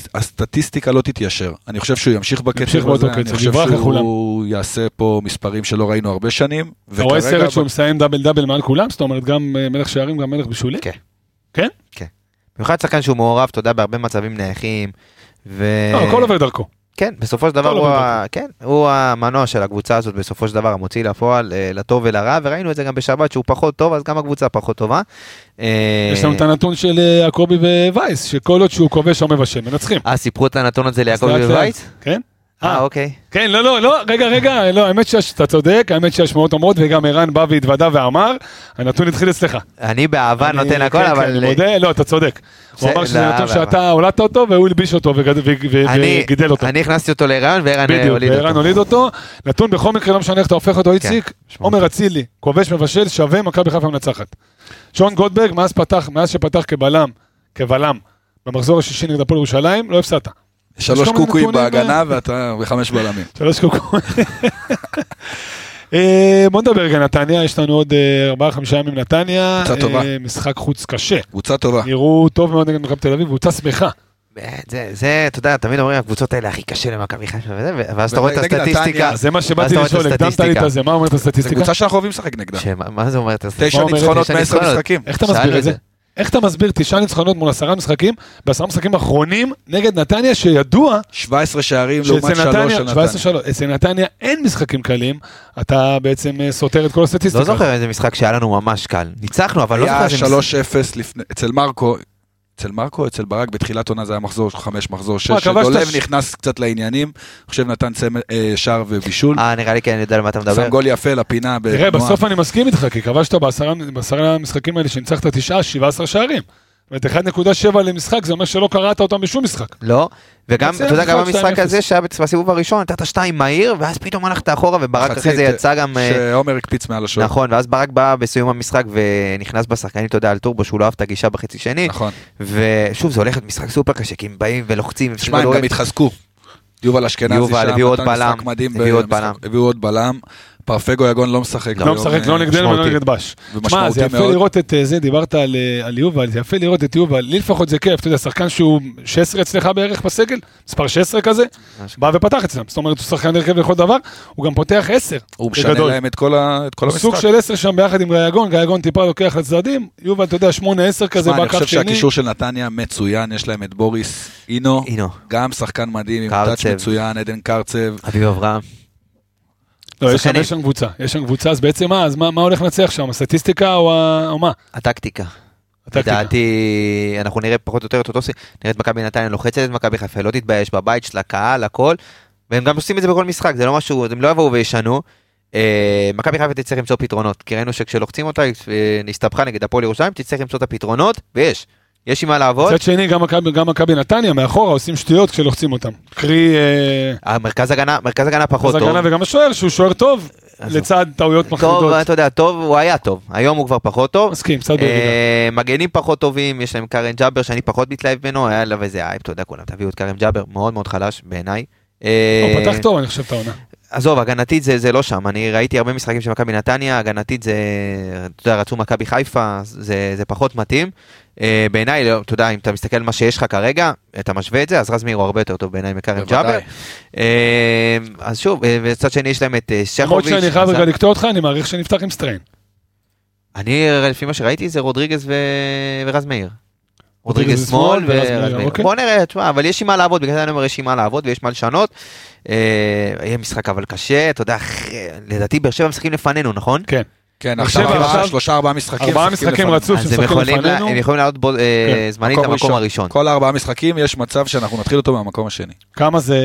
Speaker 4: שהסטטיסטיקה לא תתיישר. אני חושב שהוא ימשיך
Speaker 3: ימשיך
Speaker 4: בקצב
Speaker 3: באותו
Speaker 4: הזה, אני
Speaker 3: קצב,
Speaker 4: חושב
Speaker 3: יברח
Speaker 4: שהוא יעשה פה מספרים שלא ראינו הרבה שנים.
Speaker 3: אתה רואה
Speaker 4: וכרגע-
Speaker 3: סרט שהוא מסיים דאבל דאבל מעל כולם? זאת אומרת, גם אה, מלך שערים, גם מלך בישולים?
Speaker 5: כן.
Speaker 3: כן?
Speaker 5: במיוחד שחקן שהוא מעורב, אתה יודע, בהרבה מצבים נייחים. ו...
Speaker 3: לא, הכל עובר דרכו.
Speaker 5: כן, בסופו של דבר
Speaker 3: כל
Speaker 5: הוא,
Speaker 3: עובד
Speaker 5: ה... כן, הוא המנוע של הקבוצה הזאת, בסופו של דבר המוציא לפועל, אה, לטוב ולרע, וראינו את זה גם בשבת שהוא פחות טוב, אז גם הקבוצה פחות טובה. אה,
Speaker 3: יש לנו את הנתון של אה, יעקבי ווייס, שכל עוד שהוא כובש או מבשל, מנצחים.
Speaker 5: אה, סיפרו את הנתון הזה ליעקב
Speaker 3: אז לאט לאט.
Speaker 5: בבית?
Speaker 3: כן?
Speaker 5: אה, אוקיי.
Speaker 3: כן, לא, לא, לא, רגע, רגע, לא, האמת שאתה צודק, האמת שהשמעות אומרות, וגם ערן בא והתוודה ואמר, הנתון התחיל אצלך.
Speaker 5: אני באהבה
Speaker 3: אני-
Speaker 5: נותן
Speaker 3: כן,
Speaker 5: הכל,
Speaker 3: כן,
Speaker 5: אבל... אה,
Speaker 3: אני מודה, לא, אתה צודק. הוא
Speaker 5: זה-
Speaker 3: אמר שזה
Speaker 5: לא,
Speaker 3: נתון
Speaker 5: לא,
Speaker 3: שאתה הולדת אותו, והוא הלביש אותו וגד- ו- ו-
Speaker 5: אני-
Speaker 3: וגידל אותו.
Speaker 5: אני הכנסתי אותו להיריון וערן אה,
Speaker 3: בדיוק,
Speaker 5: הוליד
Speaker 3: וערן
Speaker 5: אותו. כן,
Speaker 3: הוליד אותו. נתון בכל מקרה, לא משנה איך אתה הופך אותו, איציק, עומר אצילי, כובש מבשל, שווה מכבי חיפה מנצחת. שון גולדברג, מאז פתח, מאז שפתח כבלם, כבלם, במחזור השישי נגד הפועל ירושלים, לא הפסדת. יש
Speaker 4: שלוש
Speaker 3: כל מיני
Speaker 4: קוקויים
Speaker 3: נתונים,
Speaker 4: בהגנה ואתה בחמש בלמים.
Speaker 3: שלוש קוקו. אה, בוא נדבר רגע נתניה, יש לנו עוד אה, ארבעה חמישה ימים נתניה.
Speaker 4: קבוצה טובה. אה.
Speaker 3: אה, משחק חוץ קשה.
Speaker 4: קבוצה טובה.
Speaker 3: נראו טוב מאוד נגד מכבי תל אביב, קבוצה שמחה.
Speaker 5: אה, זה- זה, אתה יודע, תמיד אומרים, הקבוצות האלה הכי קשה למכבי חיפה וזה, ו- ואז אתה רואה את
Speaker 4: ונגד נתניה,
Speaker 5: הסטטיסטיקה.
Speaker 3: אז זה מה
Speaker 5: ואז
Speaker 3: שבאתי
Speaker 5: אתה רואה את
Speaker 3: לשאול, הקדמת לי
Speaker 5: הסטטיסטיקה.
Speaker 3: את זה, מה אומרת
Speaker 4: זו
Speaker 3: הסטטיסטיקה?
Speaker 4: קבוצה שאנחנו אוהבים לשחק נגדה.
Speaker 5: שמה- מה זה אומר את
Speaker 4: תשע
Speaker 5: הסטטיסטיקה?
Speaker 3: אומרת?
Speaker 4: ניצחונות
Speaker 5: תשע
Speaker 4: מעשר
Speaker 5: ניצחונות.
Speaker 4: משחקים.
Speaker 3: איך אתה
Speaker 5: שאלנו
Speaker 3: מסביר את
Speaker 5: את
Speaker 3: זה?
Speaker 5: זה.
Speaker 3: איך אתה מסביר תשעה ניצחונות מול עשרה משחקים, בעשרה משחקים האחרונים נגד נתניה, שידוע
Speaker 4: 17 שערים לעומת
Speaker 3: שאצל
Speaker 4: 3
Speaker 3: נתניה,
Speaker 4: של
Speaker 3: 17
Speaker 4: נתניה.
Speaker 3: שלוש, אצל נתניה אין משחקים קלים, אתה בעצם אה, סותר את כל הסטטיסטיקה.
Speaker 5: לא זוכר איזה משחק שהיה לנו ממש קל. ניצחנו, אבל לא זוכר
Speaker 4: היה
Speaker 5: איזה משחק.
Speaker 4: 3-0 לפני- אצל מרקו, אצל מרקו, אצל ברק, בתחילת עונה זה היה מחזור 5, מחזור 6,
Speaker 3: מה, כבשת
Speaker 4: שדולב
Speaker 3: ש-
Speaker 4: נכנס קצת לעניינים, אני חושב נתן צמד- אה, שער ובישול,
Speaker 5: אה, נראה לי כן, אני יודע על מה אתה מדבר.
Speaker 4: שם גול יפה לפינה בתנועה.
Speaker 3: תראה, בסוף אני מסכים איתך, כי כבשת בעשרה בעשרה המשחקים האלה שניצחת תשעה, 17 שערים. ואת 1.7 למשחק זה אומר שלא קראת אותם בשום משחק.
Speaker 5: לא, וגם,
Speaker 3: זה
Speaker 5: אתה יודע, גם
Speaker 3: משחק
Speaker 5: המשחק
Speaker 3: 2-0.
Speaker 5: הזה שהיה בצ- בסיבוב הראשון, נתת שתיים מהיר, ואז פתאום הלכת אחורה, וברק אחרי זה
Speaker 4: מחצית,
Speaker 5: יצא גם... אה,
Speaker 4: שעומר הקפיץ מעל השוער.
Speaker 5: נכון, ואז ברק בא בסיום המשחק ונכנס בשחקנים, אתה יודע, על טורבו, שהוא לא אהב את הגישה בחצי שני,
Speaker 4: נכון.
Speaker 5: ושוב, זה הולך להיות משחק סופר קשה, כי הם באים ולוחצים, הם
Speaker 4: שמע, הם גם התחזקו. יובל אשכנזי
Speaker 5: יובל,
Speaker 4: שם,
Speaker 5: הביאו עוד
Speaker 4: נתן משחק
Speaker 5: בלם,
Speaker 4: מדהים
Speaker 5: הביאו עוד
Speaker 4: במשחק-
Speaker 5: בלם.
Speaker 4: הביאו עוד בלם. פרפגו יגון לא משחק.
Speaker 3: לא
Speaker 4: היום,
Speaker 3: משחק,
Speaker 4: אה,
Speaker 3: לא נגדנו ולא
Speaker 5: משמעותי.
Speaker 3: נגד בש. שמע,
Speaker 4: ומשמעותי
Speaker 3: זה יפה
Speaker 4: מאוד.
Speaker 3: לראות את אה, זה, דיברת על, אה, על יובל, זה יפה לראות את יובל, לי לפחות זה כיף, אתה יודע, שחקן שהוא 16 אצלך בערך בסגל, מספר 16 כזה, בא ופתח אצלם, זאת אומרת, הוא שחקן הרכב לכל דבר, הוא גם פותח 10.
Speaker 4: הוא משנה
Speaker 3: בגדול.
Speaker 4: להם את כל ה- את כל
Speaker 3: הוא סוג
Speaker 4: המשחק.
Speaker 3: של 10 שם ביחד עם גייגון, גייגון טיפה לוקח לצדדים, יובל, אתה יודע, 8-10 כזה,
Speaker 4: שמע,
Speaker 3: בא
Speaker 4: אני
Speaker 3: קו
Speaker 4: חושב
Speaker 3: שני.
Speaker 4: שהקישור של נתניה מצוין, יש להם את בוריס אינו,
Speaker 5: אינו,
Speaker 4: גם שחקן מדהים, עם
Speaker 5: קרצב.
Speaker 4: טאץ' מצוין, עדן קרצב.
Speaker 5: אביב אברהם.
Speaker 3: לא, יש שם-
Speaker 5: שחקנים.
Speaker 3: יש שם קבוצה, יש שם קבוצה, אז בעצם מה, אז מה מה הולך לנצח שם, הסטטיסטיקה או ה- או מה?
Speaker 5: הטקטיקה.
Speaker 3: הטקטיקה.
Speaker 5: לדעתי, אנחנו נראה פחות או יותר את אותו ס... נראה את מכבי נתניה לוחצת את מכבי חיפה, לא תתבייש בבית שלה, קהל, הכל. והם גם עושים את זה בכל משחק, זה לא משהו, הם לא יבואו וישנו. אה, מכבי חיפה תצטרך למצוא פתרונות, כי ראינו שכשלוחצים אותה, אה, נסתבכה נגד הפועל ירושלים, תצטרך למצוא את הפתרונות, ויש. יש עם מה לעבוד.
Speaker 3: מצד שני, גם מכבי- גם מכבי נתניה מאחורה עושים שטויות כשלוחצים אותם. קרי, אה,
Speaker 5: המרכז הגנה, מרכז הגנה פחות
Speaker 3: אז
Speaker 5: טוב.
Speaker 3: הגנה וגם השוער, שהוא שוער טוב,
Speaker 5: עזוב.
Speaker 3: לצד טעויות
Speaker 5: טוב,
Speaker 3: מחרידות.
Speaker 5: אתה יודע, טוב, הוא היה טוב, היום הוא כבר פחות טוב.
Speaker 3: מסכים, קצת בירידה.
Speaker 5: אה, מגנים פחות טובים, יש להם קארם ג'אבר שאני פחות מתלהב ממנו, היה עליו איזה אייפ, אתה יודע, כולם תביאו את קארם ג'אבר, מאוד מאוד חלש בעיניי. אה,
Speaker 3: הוא פתח טוב, אני חושב, את העונה.
Speaker 5: עזוב, הגנתית זה, זה לא שם, אני ראיתי הרבה משחקים של מכבי נתניה, הגנתית זה, אתה יודע, רצו מכבי חיפה, זה, זה פחות מתאים. אה, בעיניי, לא, אתה יודע, אם אתה מסתכל על מה שיש לך כרגע, אתה משווה את זה, אז רז מאיר הוא הרבה יותר טוב בעיניי מקארם ג'אבר.
Speaker 4: בוודאי.
Speaker 5: אה, אז שוב, אה, וצד שני יש להם את אה,
Speaker 3: למרות
Speaker 5: שכוביץ'.
Speaker 3: שאני חייב
Speaker 5: אז-
Speaker 3: רגע לקטוע אותך, אני מעריך שנפתח עם סטריין.
Speaker 5: אני, לפי מה שראיתי, זה רודריגז ו... ורז מאיר.
Speaker 3: רודריגז
Speaker 5: רודריגז
Speaker 3: שמאל
Speaker 5: שמאל
Speaker 3: ורז
Speaker 5: ורז
Speaker 3: מאיר,
Speaker 5: מאיר.
Speaker 3: אוקיי.
Speaker 5: בוא נראה, תשמע, אבל יש עם מה לעבוד, בגלל זה אני אומר, יש עם מה לעבוד ויש מה לשנות. אה, יהיה משחק אבל קשה, אתה יודע, אחרי- לדעתי באר שבע משחקים לפנינו, נכון?
Speaker 3: כן.
Speaker 4: כן,
Speaker 3: באר
Speaker 4: עכשיו
Speaker 3: שבע
Speaker 4: ארבעה-
Speaker 3: עכשיו-
Speaker 4: שלושה ארבעה משחקים.
Speaker 3: ארבעה
Speaker 4: משחקים
Speaker 3: משחקים
Speaker 4: לפנינו.
Speaker 3: רצוף
Speaker 5: אז הם
Speaker 3: שמשחקים
Speaker 5: יכולים לה-
Speaker 3: לפנינו.
Speaker 5: הם יכולים לעלות בו- אה,
Speaker 3: כן,
Speaker 5: זמנית למקום הראשון.
Speaker 4: כל ארבעה משחקים יש מצב שאנחנו נתחיל אותו מהמקום השני.
Speaker 3: כמה זה...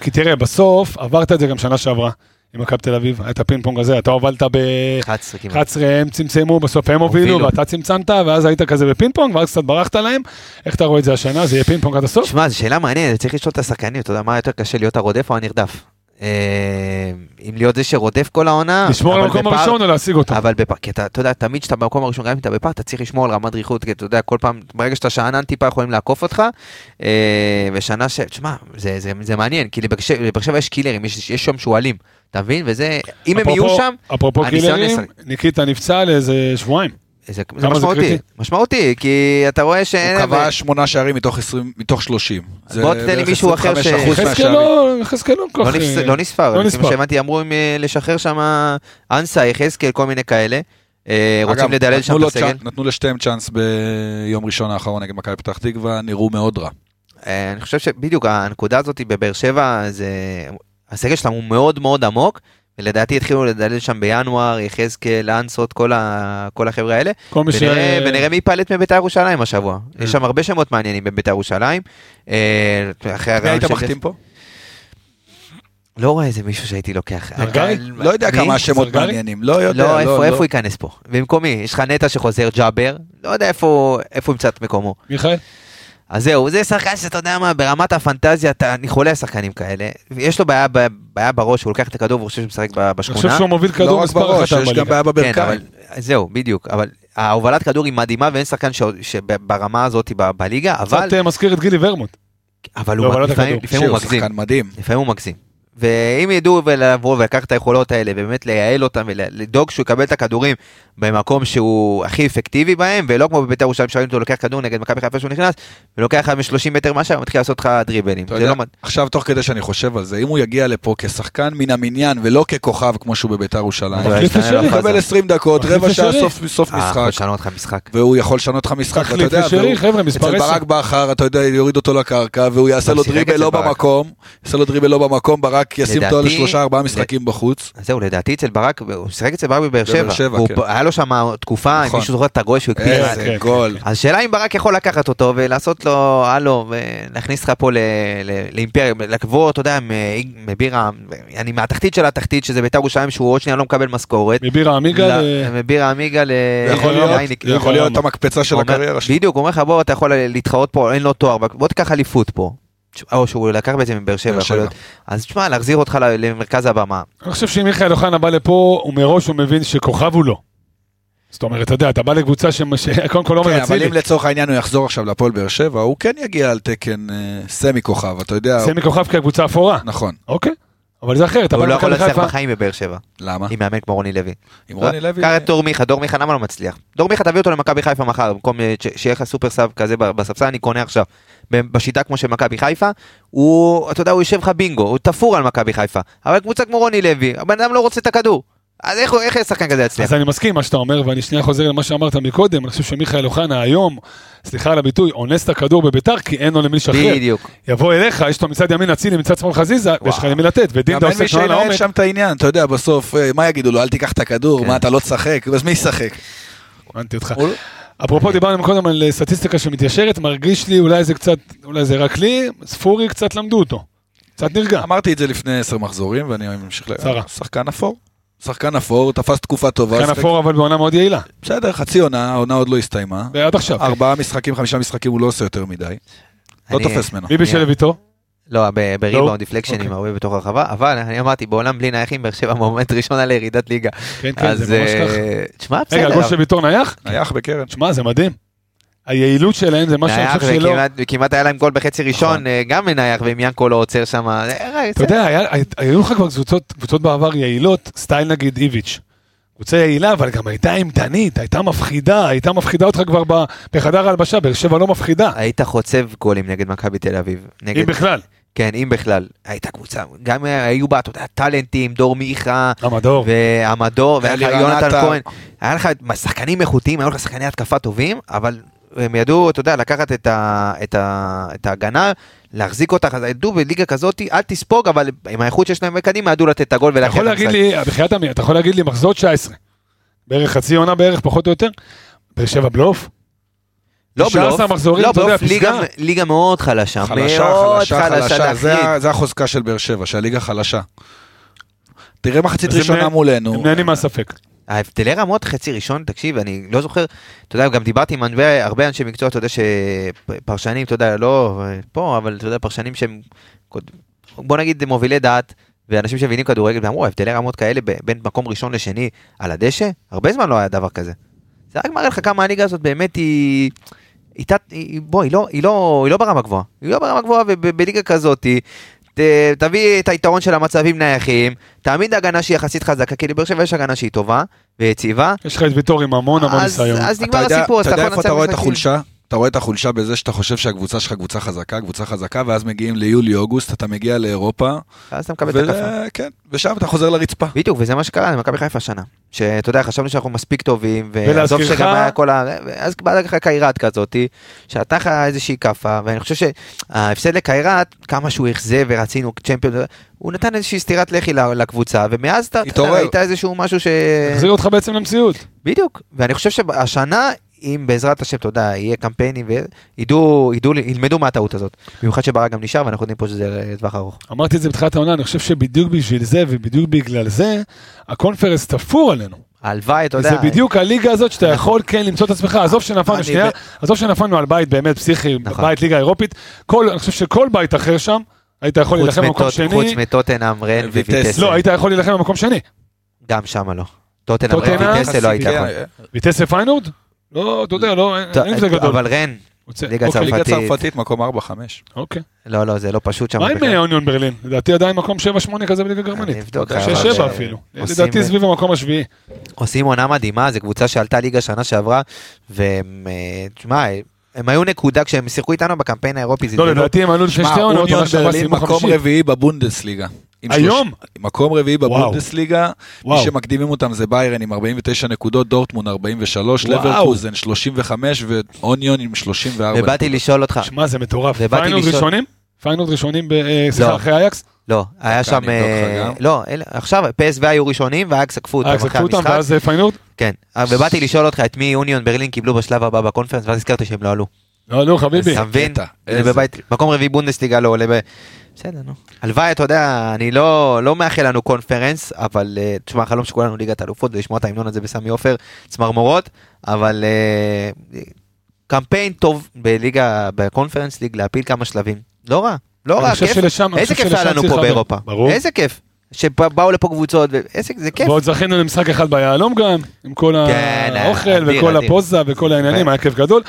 Speaker 3: כי תראה, בסוף עברת את זה גם שנה שעברה עם מכבי תל אביב, היה את הפינג פונג הזה, אתה הובלת ב...
Speaker 5: 11 כמעט.
Speaker 3: 11 הם צמצמו, בסוף הם הובילו
Speaker 5: הובילו.
Speaker 3: ואתה צמצמת, ואז היית כזה בפינג פונג, ואז קצת ברחת להם. איך אתה רואה את זה השנה? זה יהיה פינג פונג עד הסוף?
Speaker 5: תשמע, זו שאלה מעניינת, צריך לשאול את השחקנים, אתה יודע, מה יותר קשה, להיות הרודף או הנרדף? אה, אם להיות זה שרודף כל העונה,
Speaker 3: לשמור על
Speaker 5: אה, אבל
Speaker 3: המקום
Speaker 5: בפער-
Speaker 3: הראשון או להשיג אותו?
Speaker 5: אבל בפ... כי אתה, אתה יודע, תמיד כשאתה במקום הראשון, גם אם אתה בפער, אתה צריך לשמור על רמת דריכות, כי אתה יודע, כל פעם, ברגע שאתה שאנן טיפה יכולים לעקוף אותך. אה, ושנה ש... תשמע, זה, זה, זה מעניין, כי לבאר שבע- לבאר שבע יש קילרים, יש, יש שם שועלים, אתה מבין? וזה, אם הם יהיו
Speaker 3: אפרופו-
Speaker 5: שם,
Speaker 3: אפרופו
Speaker 5: הניסיון
Speaker 3: קילרים, ניקיטה נפצע לאיזה שבועיים.
Speaker 5: זה,
Speaker 3: זה
Speaker 5: זה משמעותי,
Speaker 3: קריטי.
Speaker 5: משמעותי, כי אתה רואה שאין...
Speaker 4: הוא
Speaker 5: ו-
Speaker 4: כבש שמונה שערים מתוך 20 מתוך 30. זה
Speaker 5: בוא תיתן לי
Speaker 4: בערך
Speaker 5: מישהו
Speaker 4: 25%
Speaker 5: אחר ש-
Speaker 4: מהשערים.
Speaker 3: יחזקאל לא יחזקאל לא כל
Speaker 5: לא
Speaker 3: כך...
Speaker 5: נפס-
Speaker 3: אה,
Speaker 5: לא נספר,
Speaker 3: לא
Speaker 5: לפי מה
Speaker 3: נספר.
Speaker 5: שהבנתי אמרו אם אה, לשחרר שם אנסה, יחזקאל, כל מיני כאלה. אה,
Speaker 4: אגב,
Speaker 5: רוצים לדלל
Speaker 4: נתנו
Speaker 5: שם את
Speaker 4: לו
Speaker 5: הסגל.
Speaker 4: צ'אנ- נתנו לשתיהם צ'אנס ביום ראשון האחרון נגד מכבי פתח תקווה, נראו מאוד רע.
Speaker 5: אה, אני חושב שבדיוק הנקודה הזאת בבאר שבע, זה... הסגל שלהם הוא מאוד מאוד עמוק, ולדעתי התחילו לדלל שם בינואר, יחזקאל, אנסות, כל, ה... כל החבר'ה האלה,
Speaker 3: כל מי ש...
Speaker 5: ונראה, ונראה מי ייפלט מביתר ירושלים השבוע. יש שם הרבה שמות מעניינים בביתר ירושלים. אה, אחרי
Speaker 4: מי
Speaker 5: הרעיון
Speaker 4: היית
Speaker 5: של-
Speaker 4: מחתים פה?
Speaker 5: לא רואה איזה מישהו שהייתי לוקח.
Speaker 3: זרגרי?
Speaker 5: הקהל-
Speaker 4: לא יודע
Speaker 5: מי?
Speaker 4: כמה השמות
Speaker 3: זרגרי?
Speaker 4: מעניינים, לא יודע.
Speaker 5: לא, איפה, איפה
Speaker 4: לא.
Speaker 5: הוא ייכנס פה? במקומי, יש לך נטע שחוזר, ג'אבר, לא יודע איפה, איפה הוא ימצא את מקומו.
Speaker 3: מיכאל?
Speaker 5: אז זהו, זה שחקן שאתה יודע מה, ברמת הפנטזיה, אתה, אני חולה על שחקנים כאלה. יש לו בעיה, ב- בעיה בראש, הוא לוקח את הכדור והוא חושב שהוא משחק ב-
Speaker 3: אני חושב
Speaker 5: בשכונה.
Speaker 3: שהוא מוביל
Speaker 4: לא
Speaker 3: כדור
Speaker 4: רק
Speaker 3: מספר
Speaker 4: בראש,
Speaker 3: אחת
Speaker 4: יש גם
Speaker 3: בליגה.
Speaker 4: בעיה
Speaker 5: כן, אבל
Speaker 4: בברכיים.
Speaker 5: זהו, בדיוק. אבל ההובלת כדור היא מדהימה ואין שחקן ש- שברמה הזאת ב- בליגה, אבל,
Speaker 3: קצת אה, מזכיר את גילי ורמוט.
Speaker 5: אבל
Speaker 3: לא,
Speaker 5: הוא,
Speaker 3: הובלת
Speaker 5: לפעמים,
Speaker 3: הכדור.
Speaker 5: לפעמים הוא
Speaker 4: שהוא
Speaker 5: מגזים.
Speaker 4: שחקן מדהים.
Speaker 5: לפעמים הוא מגזים. ואם ידעו ולבוא ולקח את היכולות האלה, ובאמת לייעל אותם ולדאוג שהוא יקבל את הכדורים במקום שהוא הכי אפקטיבי בהם, ולא כמו בבית"ר ירושלים שהיום הוא לוקח כדור נגד מכבי חיפה שהוא נכנס, ולוקח אחד מ-30 מטר מהשאר ומתחיל לעשות לך דריבלים.
Speaker 4: אתה
Speaker 5: זה
Speaker 4: יודע,
Speaker 5: לא... מד-
Speaker 4: עכשיו תוך כדי שאני חושב על זה, אם הוא יגיע לפה כשחקן מן המניין ולא ככוכב כמו שהוא בביתר ירושלים,
Speaker 5: אבל
Speaker 3: מחליף את
Speaker 5: השתנה לו
Speaker 4: הוא
Speaker 3: שרי,
Speaker 5: החזון.
Speaker 4: יקבל 20 דקות,
Speaker 3: מחליף
Speaker 4: רבע
Speaker 3: את
Speaker 4: שעה
Speaker 3: שרי.
Speaker 4: סוף סוף
Speaker 5: אה, יכול
Speaker 4: משחק,
Speaker 5: לשנות לך משחק.
Speaker 4: והוא יכול לשנות לך משחק, ואתה
Speaker 3: תחליף
Speaker 4: יודע,
Speaker 3: לשרי,
Speaker 4: והוא-
Speaker 3: חבר'ה, מספר
Speaker 4: אצל
Speaker 3: 10.
Speaker 4: ברק בכר, אתה יודע, יוריד אותו לקרקע, והוא יעשה
Speaker 5: גם
Speaker 4: לו
Speaker 5: שיחק
Speaker 4: דריבל
Speaker 5: אצל
Speaker 4: לא
Speaker 5: ברק.
Speaker 4: במקום, יעשה לו דריבל לא במקום, ברק ברק ישים אותו
Speaker 5: לדעתי-
Speaker 4: לשלושה ארבעה משחקים בחוץ.
Speaker 5: אז זהו, לדעתי אצל ברק, הוא שיחק אצל ברק בבאר
Speaker 4: בבאר
Speaker 5: שבע.
Speaker 4: שבע,
Speaker 5: והוא
Speaker 4: כן.
Speaker 5: פ- היה לו שם תקופה, אם
Speaker 4: נכון.
Speaker 5: מישהו זוכר את הגול שהוא הקפיא. אז-
Speaker 4: איזה גול.
Speaker 5: אז שאלה אם ברק יכול לקחת אותו ולעשות לו, הלו, ולהכניס לך פה ל- ל- לאימפריה, לקבור, אתה יודע, מ- מבירה, אני מהתחתית של התחתית, שזה בית"ר ירושלים, שהוא עוד שנייה לא מקבל משכורת.
Speaker 3: מבירה עמיגה, ל-
Speaker 5: ל- אה, מבירה עמיגה ל...
Speaker 4: אה, יכול להיות,
Speaker 5: לעייניק.
Speaker 4: זה יכול להיות
Speaker 3: למה?
Speaker 4: המקפצה של
Speaker 5: אומר-
Speaker 4: הקריירה שלו.
Speaker 5: בדיוק, הוא אומר לך בוא אתה יכול להתחרות פה, אין לו תואר, בוא תיקח אליפות פה. או שהוא לקח בעצם מבאר שבע,
Speaker 4: באר
Speaker 5: יכול
Speaker 4: שבע.
Speaker 5: להיות. אז תשמע, להחזיר אותך ל- למרכז הבמה.
Speaker 3: אני חושב שאם מיכאל אוחנה בא לפה, הוא מראש הוא מבין שכוכב הוא לא. זאת אומרת, אתה יודע, אתה בא לקבוצה שקודם כל לא
Speaker 4: כן, אבל
Speaker 3: מנצלים.
Speaker 4: אם לצורך העניין הוא יחזור עכשיו להפועל באר שבע, הוא כן יגיע על תקן אה, סמי כוכב, אתה יודע.
Speaker 3: סמי כוכב כקבוצה אפורה,
Speaker 4: נכון.
Speaker 3: אוקיי. אבל זה אחרת, אתה
Speaker 5: הוא
Speaker 3: בא
Speaker 5: לא יכול
Speaker 3: למכבי
Speaker 5: להצליח
Speaker 3: חיפה.
Speaker 5: בחיים בבאר שבע,
Speaker 4: למה?
Speaker 5: עם מאמן כמו רוני לוי.
Speaker 4: עם רוני לוי...
Speaker 5: קח את דור מיכה, דור מיכה למה לא מצליח? דור מיכה תביא אותו למכבי חיפה מחר, במקום אה, ש- שיהיה לך סופר סאב כזה ב- בספסל, אני קונה עכשיו. ב- בשיטה כמו של מכבי חיפה, הוא, אתה יודע, הוא יושב לך בינגו, הוא תפור על מכבי חיפה. אבל קבוצה כמו רוני לוי, הבן אדם לא רוצה את הכדור. אז איך איך שחקן כזה יצליח?
Speaker 3: אז אני מסכים עם מה שאתה אומר, ואני שנייה חוזר למה שאמרת מקודם, אני חושב שמיכאל אוחנה היום, סליחה על הביטוי, אונס את הכדור בביתר, כי אין לו למי לשחרר.
Speaker 5: בדיוק.
Speaker 3: יבוא אליך, יש לו מצד ימין אצילי, מצד שמאל חזיזה, ויש לך למי לתת,
Speaker 4: גם
Speaker 3: ודינדה
Speaker 4: אין
Speaker 3: עושה
Speaker 4: מי
Speaker 3: תנועה לעומק.
Speaker 4: שינהל שם את העניין, אתה יודע, בסוף, אה, מה יגידו לו, אל תיקח את הכדור,
Speaker 5: כן.
Speaker 4: מה, אתה לא תשחק, אז מי ישחק?
Speaker 3: הבנתי אותך.
Speaker 4: הוא-
Speaker 3: אפרופו דיברנו קודם על אה, סטטיסטיקה שמתיישרת, מרגיש לי אולי זה קצת, אולי זה רק לי, ספורי קצת למדו אותו. קצת נרגע.
Speaker 4: אמרתי את זה לפני עשר מחזורים, ואני ממשיך ל...
Speaker 3: לא- שרה.
Speaker 4: שחקן אפור. שחקן אפור, תפס תקופה טובה.
Speaker 3: כאן
Speaker 4: שיחק-
Speaker 3: אפור אבל כן, בעונה מאוד יעילה,
Speaker 4: בסדר, חצי עונה, העונה עוד לא הסתיימה.
Speaker 3: ועד עכשיו.
Speaker 4: ארבעה משחקים, חמישה משחקים הוא לא עושה יותר מדי. לא
Speaker 5: אני-
Speaker 4: תופס ממנו.
Speaker 3: מי בשלב איתו?
Speaker 5: לא, ב- בריבאונד
Speaker 3: אוקיי.
Speaker 5: דיפלקשנים, הרבה בתוך הרחבה, אבל אני אמרתי, בעולם בלי נייחים, באר שבע מומנט ראשונה לירידת ליגה.
Speaker 3: כן, כן,
Speaker 5: אז,
Speaker 3: זה ממש
Speaker 5: אה,
Speaker 3: ככה.
Speaker 5: תשמע,
Speaker 3: רגע,
Speaker 5: בסדר.
Speaker 3: הגול של ביטור נייח?
Speaker 4: נייח בקרן.
Speaker 3: תשמע, זה מדהים. היעילות שלהם זה מה שאני
Speaker 5: נייח
Speaker 3: חושב שלא... נכון.
Speaker 5: וכמעט כמעט היה להם גול בחצי ראשון, אה, גם מנייח, ועם ינקו לא עוצר שם. אה,
Speaker 3: אתה יודע, היה- היה- היו לך כבר קבוצות, קבוצות בעבר יעילות, סטייל נגיד איביץ'. קבוצה יעילה, אבל גם הייתה אימתנית, הייתה מפחידה, הייתה מפחידה אותך כבר ב- בחדר ההלבשה, באר שבע לא מפחידה,
Speaker 5: היית חוצב גולים נגד מכבי תל אביב. נגד-
Speaker 3: אם בכלל.
Speaker 5: כן, אם בכלל. הייתה קבוצה, גם היו בה, אתה יודע, טאלנטים, דור מיכה,
Speaker 3: המדור.
Speaker 5: והמדור,
Speaker 4: היה
Speaker 5: והיה לך
Speaker 4: לירן
Speaker 5: יונתן
Speaker 4: עטר.
Speaker 5: כהן, היה לך שחקנים איכותיים, היו לך שחקני התקפה טובים, אבל הם ידעו, אתה יודע, לקחת את, ה, את, ה, את ההגנה, להחזיק אותך, אז ידעו בליגה כזאת, אל תספוג, אבל עם האיכות שיש להם בקדימה, ידעו לתת את הגול
Speaker 3: אתה
Speaker 5: ולהכריע
Speaker 3: יכול
Speaker 5: את
Speaker 3: להגיד
Speaker 5: המשחק.
Speaker 3: לי, בחייאת המי, אתה יכול להגיד לי מחזור 19, בערך חצי עונה בערך, פחות או יותר, באר שבע בלוף?
Speaker 5: לא
Speaker 3: 19
Speaker 5: בלוף,
Speaker 3: מחזורים,
Speaker 5: לא
Speaker 3: אתה יודע,
Speaker 5: בלוף, ליגה,
Speaker 3: פסגה.
Speaker 5: ליגה מאוד חלשה,
Speaker 4: חלשה,
Speaker 5: מאוד
Speaker 4: חלשה, חלשה, זה
Speaker 5: להחליט.
Speaker 4: ה- זה החוזקה של באר שבע, שהליגה חלשה. תראה מחצית
Speaker 3: אז הם
Speaker 4: ראשונה
Speaker 3: נהנים-
Speaker 4: מולנו.
Speaker 3: הם נהנים מהספק.
Speaker 5: ההבדלי רמות חצי ראשון, תקשיב, אני לא זוכר, אתה יודע, גם דיברתי עם הרבה, הרבה אנשי מקצוע, אתה יודע, שפרשנים, אתה יודע, לא פה, אבל אתה יודע, פרשנים שהם, קוד- בוא נגיד מובילי דעת, ואנשים שמבינים כדורגל, ואמרו, הבדלי רמות כאלה ב- בין מקום ראשון לשני על הדשא, הרבה זמן לא היה דבר כזה. זה רק מראה לך כמה הליגה הזאת באמת היא... היא, תת, היא בוא, היא לא, היא, לא, היא לא ברמה גבוהה. היא לא ברמה גבוהה, ובליגה כזאת, היא- ת, תביא את היתרון של המצבים נייחים, תעמיד הגנה שהיא יחסית חזקה, כי לבאר שבע יש הגנה שהיא טובה ויציבה.
Speaker 3: יש לך את ויטור עם המון המון
Speaker 5: אז,
Speaker 3: ניסיון.
Speaker 5: אז
Speaker 4: אתה
Speaker 5: נגמר
Speaker 4: יודע-
Speaker 5: הסיפור, אז
Speaker 4: אתה יודע
Speaker 5: יכול
Speaker 4: איפה אתה
Speaker 5: לנצח
Speaker 4: רואה את
Speaker 5: משחקים.
Speaker 4: החולשה? אתה רואה את החולשה בזה שאתה חושב שהקבוצה שלך קבוצה חזקה, קבוצה חזקה, ואז מגיעים ליולי-אוגוסט, אתה מגיע לאירופה,
Speaker 5: אז אתה מקבל את
Speaker 4: ו-
Speaker 5: הכפה.
Speaker 4: כן, ושם אתה חוזר לרצפה.
Speaker 5: בדיוק, וזה מה שקרה למכבי חיפה השנה. שאתה יודע, חשבנו שאנחנו מספיק טובים, ועזוב
Speaker 3: ולהזכירך-
Speaker 5: שגם היה כל ה... אז בא לך קיירת כזאתי, שהייתה לך איזושהי כאפה, ואני חושב שההפסד לקיירת, כמה שהוא אכזב ורצינו צ'מפיון, הוא נתן איזושהי סטירת לחי ל- לקבוצה, ומאז אתה... אתה יודע,
Speaker 4: התעורר.
Speaker 5: הייתה איזשהו משהו ש...
Speaker 3: החזיר אותך בעצם למציאות.
Speaker 5: בדיוק, ואני חושב שהשנה, אם בעזרת השם, אתה יודע, יהיה קמפיינים, וידעו, ידעו, ילמדו מהטעות הזאת. במיוחד שברק גם נשאר, ואנחנו יודעים פה שזה לטווח ארוך.
Speaker 3: אמרתי את זה בתחילת העונה, אני חושב שבדיוק בשביל זה ובדיוק בגלל זה, הקונפרנס תפור עלינו.
Speaker 5: הלוואי, אתה יודע.
Speaker 3: זה בדיוק הליגה הזאת שאתה יכול כן למצוא את עצמך, עזוב שנפלנו
Speaker 5: נכון. אני
Speaker 3: שנייה,
Speaker 5: ב-
Speaker 3: עזוב שנפלנו על בית באמת פסיכי,
Speaker 5: נכון.
Speaker 3: בית ליגה אירופית, כל- אני חושב שכל בית אחר שם, היית יכול
Speaker 5: חוץ
Speaker 3: להילחם במקום
Speaker 5: מטוט- חוץ
Speaker 3: שני,
Speaker 5: מטוטנאם, רן
Speaker 4: ויטס.
Speaker 5: וויטסל.
Speaker 3: לא, היית יכול להילחם במקום שני.
Speaker 5: גם שם לא. טוטנאם,
Speaker 3: טוטנהאם,
Speaker 5: רן וויטסל לא היית
Speaker 4: כן,
Speaker 5: יכול.
Speaker 3: ויטס לפיינורד? לא, אתה יודע, לא, אין-
Speaker 5: טוב,
Speaker 3: אין כזה גדול.
Speaker 5: אבל רן,
Speaker 3: רוצה-
Speaker 5: ליגה
Speaker 3: אוקיי,
Speaker 5: צרפתית.
Speaker 4: ליגה צרפתית, מקום 4-5.
Speaker 3: אוקיי.
Speaker 5: לא, לא, זה לא פשוט שם.
Speaker 3: מה עם
Speaker 5: בכלל.
Speaker 3: אה, אוניון ברלין? לדעתי עדיין מקום 7-8 כזה בליגה הגרמנית.
Speaker 5: אני אבדוק,
Speaker 4: אבל-
Speaker 3: 6-7
Speaker 5: אה,
Speaker 3: אפילו.
Speaker 5: עושים-
Speaker 3: לדעתי סביב המקום השביעי.
Speaker 5: עושים עונה מדהימה, זו קבוצה שעלתה ליגה שנה שעברה, והם, אה, תשמע, הם היו נקודה כשהם שיחקו איתנו בקמפיין האירופי.
Speaker 3: לא,
Speaker 5: זלזלו.
Speaker 3: לדעתי הם עלו לפני
Speaker 4: שמע,
Speaker 3: שתי עונות,
Speaker 4: אוניון
Speaker 3: עונה שעברה
Speaker 4: ברלין
Speaker 3: סיימו
Speaker 4: מקום
Speaker 3: חמישי.
Speaker 4: רביעי בבונדסליגה. עם
Speaker 3: היום?
Speaker 4: שלוש- מקום רביעי
Speaker 3: וואו.
Speaker 4: בבונדסליגה, מי
Speaker 3: וואו.
Speaker 4: שמקדימים אותם זה ביירן עם 49 נקודות, דורטמון 43,
Speaker 3: וואו.
Speaker 4: לברקוזן 35 ואוניון עם 34.
Speaker 5: ובאתי לשאול אותך,
Speaker 3: שמע, זה מטורף.
Speaker 5: ובאתי
Speaker 3: פיינלד
Speaker 5: לשאול-
Speaker 3: ראשונים? פיינלד ראשונים, ב- אה, סליחה,
Speaker 5: לא.
Speaker 3: אחרי אייקס?
Speaker 5: לא, היה
Speaker 4: דקה,
Speaker 5: שם...
Speaker 4: אני אבדוק
Speaker 5: אה,
Speaker 4: לך גם.
Speaker 5: לא, אלה- עכשיו PSV היו ראשונים ואייקס עקפו אותם
Speaker 3: אה,
Speaker 5: אחרי
Speaker 3: זקפו אותם
Speaker 5: המשחק.
Speaker 3: ואז אה, פיינורד?
Speaker 5: כן, אה, ובאתי לשאול אותך את מי יוניון ברלין קיבלו בשלב הבא בקונפרנס, ואז הזכרתי שהם לא עלו.
Speaker 3: לא, נו, חביבי.
Speaker 5: אתה מבין?
Speaker 4: קטע,
Speaker 5: זה
Speaker 4: איזה
Speaker 5: בבית, מקום רביעי בונדסליגה לא עולה ב... בסדר, נו. הלוואי, אתה יודע, אני לא לא מאחל לנו קונפרנס, אבל אה, תשמע, החלום של כולנו ליגת אלופות, זה לשמוע את ההמנון הזה בסמי עופר, צמרמורות, אבל אה, קמפיין טוב בליגה, בקונפרנס ליג, להפיל כמה שלבים. לא רע, לא
Speaker 3: אני
Speaker 5: רע,
Speaker 3: חושב
Speaker 5: כיף.
Speaker 3: שלשם- אני
Speaker 5: איזה
Speaker 3: חושב
Speaker 5: כיף היה
Speaker 3: שלשם
Speaker 5: לנו
Speaker 3: צריך
Speaker 5: פה
Speaker 3: לעבור.
Speaker 5: באירופה.
Speaker 3: ברור.
Speaker 5: איזה כיף. שבאו לפה קבוצות, ו- איזה, זה כיף.
Speaker 3: ועוד זכינו למשחק אחד ביהלום גם, עם כל
Speaker 5: כן,
Speaker 3: האוכל
Speaker 5: אדיר,
Speaker 3: וכל
Speaker 5: אדיר. כן.
Speaker 3: הפוזה וכל העניינים,
Speaker 5: ו-
Speaker 3: היה כיף גדול.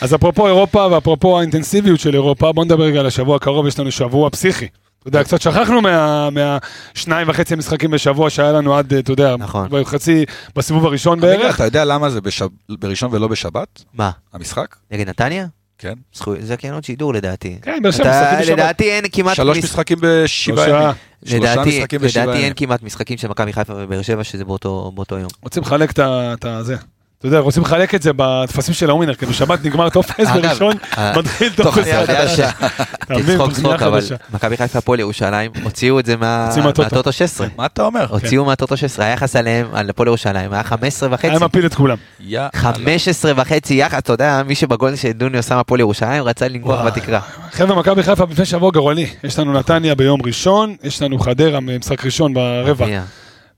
Speaker 3: אז אפרופו אירופה ואפרופו האינטנסיביות של אירופה, בוא נדבר רגע על השבוע הקרוב, יש לנו שבוע פסיכי. אתה יודע, קצת שכחנו מה- מהשניים וחצי משחקים בשבוע שהיה לנו עד, אה, אתה יודע,
Speaker 5: נכון.
Speaker 3: בחצי, בסיבוב הראשון
Speaker 4: עמיגה,
Speaker 3: בערך.
Speaker 4: אתה יודע למה זה בש- בראשון ולא בשבת,
Speaker 5: מה,
Speaker 4: המשחק?
Speaker 5: נגד נתניה?
Speaker 4: כן.
Speaker 5: זכויות, זה קיינות שידור לדעתי.
Speaker 3: כן, באר שבע
Speaker 5: אתה,
Speaker 3: משחקים בשבת.
Speaker 5: לדעתי אין כמעט...
Speaker 4: שלוש
Speaker 5: מש-
Speaker 4: משחקים בשבעה
Speaker 3: שלושה.
Speaker 4: ימים. שלושה
Speaker 5: לדעתי,
Speaker 4: משחקים בשבעה
Speaker 5: לדעתי אין
Speaker 4: ימים.
Speaker 5: כמעט משחקים של מכבי חיפה ובאר שבע שזה באותו, באותו יום.
Speaker 3: רוצים לחלק את ה- את ה... זה. אתה יודע, רוצים לחלק את זה בטפסים של הווינר, כי בשבת נגמר טופס,
Speaker 5: אגב,
Speaker 3: בראשון
Speaker 5: אה,
Speaker 3: מתחיל
Speaker 5: תוך
Speaker 3: טופס
Speaker 5: עלייה
Speaker 3: חדש.
Speaker 5: חדשה.
Speaker 3: אתה מבין?
Speaker 5: צחוק
Speaker 3: תוכניה
Speaker 5: צחוק, אבל
Speaker 3: חדשה.
Speaker 5: מכבי חיפה הפועל ירושלים הוציאו את זה מה-
Speaker 3: הוציאו מהטוטו. כן.
Speaker 5: מהטוטו 16.
Speaker 4: מה אתה אומר?
Speaker 5: הוציאו מהטוטו 16, היחס עליהם, על הפועל ירושלים, היה 15
Speaker 3: היה
Speaker 5: וחצי.
Speaker 3: מפיל את כולם.
Speaker 4: יא.
Speaker 5: 15 וחצי יחס, אתה יודע, מי שבגול שדוניו שם הפועל ירושלים רצה לנגוח בתקרה.
Speaker 3: חבר'ה, מכבי חיפה לפני שבוע גרועני. יש לנו נתניה ביום ראשון, יש לנו חדרה משחק ראשון ברבע,
Speaker 5: מי ה-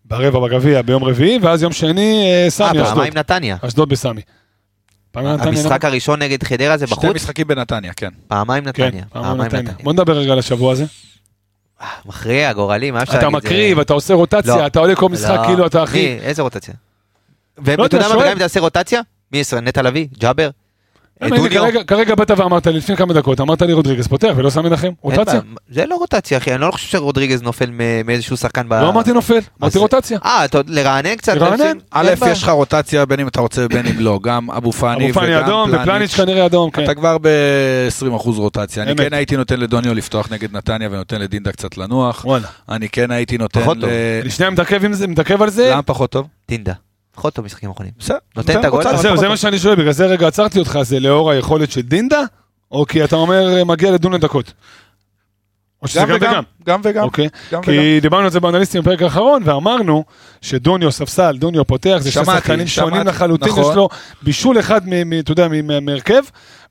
Speaker 3: ברבע בגביע ביום רביעי, ואז יום שני אה, סמי
Speaker 5: אה,
Speaker 3: אשדוד.
Speaker 5: פעמיים נתניה.
Speaker 3: אשדוד בסמי. פעמיים נתניה, לא? נכון?
Speaker 5: המשחק הראשון נגד חדרה זה
Speaker 4: שתי
Speaker 5: בחוץ,
Speaker 4: משחקים בנתניה, כן.
Speaker 5: פעמיים
Speaker 3: כן,
Speaker 5: נתניה. אה,
Speaker 3: פעמיים נתניה.
Speaker 5: נתניה.
Speaker 3: בוא נדבר רגע על השבוע הזה.
Speaker 5: אה, מכריע, גורלי, מה אפשר
Speaker 3: אתה
Speaker 5: להגיד? זה-
Speaker 3: מקריב, אתה עושה רוטציה,
Speaker 5: לא.
Speaker 3: אתה עולה כל משחק
Speaker 5: לא.
Speaker 3: כאילו אתה
Speaker 5: מי?
Speaker 3: הכי...
Speaker 5: איזה רוטציה?
Speaker 3: יודע,
Speaker 5: ואתה יודע מה,
Speaker 3: שואל.
Speaker 5: וגם אם תעשה רוטציה? מי ישראל? נטע לביא? ג'אבר? אה,
Speaker 3: הנה,
Speaker 5: דוניו?
Speaker 3: כרגע- כרגע באת ואמרת לי לפני כמה דקות, אמרת לי רודריגס פותח ולא שם מנחם,
Speaker 5: אין
Speaker 3: רוטציה.
Speaker 5: בעיה. זה לא רוטציה אחי, אני לא חושב שרודריגז נופל מ- מאיזשהו שחקן ב...
Speaker 3: לא אמרתי נופל, אמרתי
Speaker 5: אז-
Speaker 3: רוטציה.
Speaker 5: אה, אתה עוד- לרענן קצת?
Speaker 3: לרענן.
Speaker 5: לשים-
Speaker 4: א',
Speaker 5: אין בעיה.
Speaker 4: יש לך רוטציה בין אם אתה רוצה ובין אם לא, גם אבו פאני
Speaker 3: אבו פאני אדום
Speaker 4: וגם
Speaker 3: ופלניץ'
Speaker 4: פלניץ'.
Speaker 3: כנראה אדום, כן.
Speaker 4: אתה כבר ב-20% רוטציה. אני
Speaker 3: אמת.
Speaker 4: כן הייתי נותן לדוניו לפתוח נגד נתניה ונותן לדינדה קצת לנוח.
Speaker 3: וואלה.
Speaker 4: אני כן הייתי נותן...
Speaker 5: פחות
Speaker 4: ל-
Speaker 5: טוב.
Speaker 3: אני שנייה מתעכב עם זה- מתעכב על זה.
Speaker 4: למה פחות טוב?
Speaker 5: טינדה. פחות טוב משחקים האחרונים.
Speaker 4: בסדר.
Speaker 5: נותן את הגול?
Speaker 4: רוטציה,
Speaker 3: אז אה, זהו,
Speaker 4: פחות
Speaker 3: זה
Speaker 4: טוב.
Speaker 3: מה שאני שואל, בגלל זה רגע עצרתי אותך, זה לאור היכולת של דינדה? או כי אתה אומר אה, מגיע לדון לדקות? או שזה גם וגם?
Speaker 4: גם וגם.
Speaker 3: אוקיי.
Speaker 4: גם וגם.
Speaker 3: כי דיברנו על זה באנליסטים בפרק האחרון, ואמרנו שדוניו ספסל, דוניו פותח, זה שני
Speaker 4: שמעתי,
Speaker 3: שחקנים
Speaker 4: שמעתי,
Speaker 3: שונים לחלוטין,
Speaker 4: נכון.
Speaker 3: יש לו בישול אחד, מ- מ- אתה יודע, מ- מ- מהרכב,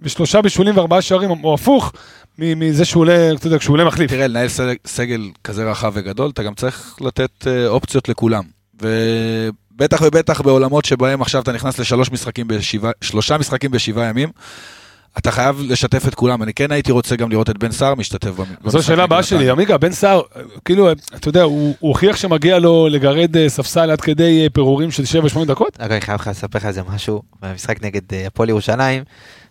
Speaker 3: ושלושה בישולים וארבעה שערים, או הפוך, מ- מזה שהוא עולה, אתה יודע, כשהוא עולה מחליף.
Speaker 4: תראה, לנהל סג- סגל כזה רחב וגדול, אתה גם צריך לתת אה, אופציות לכולם. ובטח ובטח בעולמות שבהם עכשיו אתה נכנס לשלוש משחקים בשבעה, שלושה משחקים בשבעה ימים, אתה חייב לשתף את כולם. אני כן הייתי רוצה גם לראות את בן סער משתתף במ- במשחק.
Speaker 3: זו השאלה הבאה
Speaker 4: נגד
Speaker 3: שלי,
Speaker 4: נתניה.
Speaker 3: עמיגה, בן סער, אה, כאילו, אה, אתה יודע, הוא הוא הוכיח שמגיע לו לגרד אה, ספסל עד כדי אה, פירורים של 7-8 דקות?
Speaker 5: אגב, אני חייב לך לספר לך איזה משהו, במשחק נגד אה, הפועל ירושלים,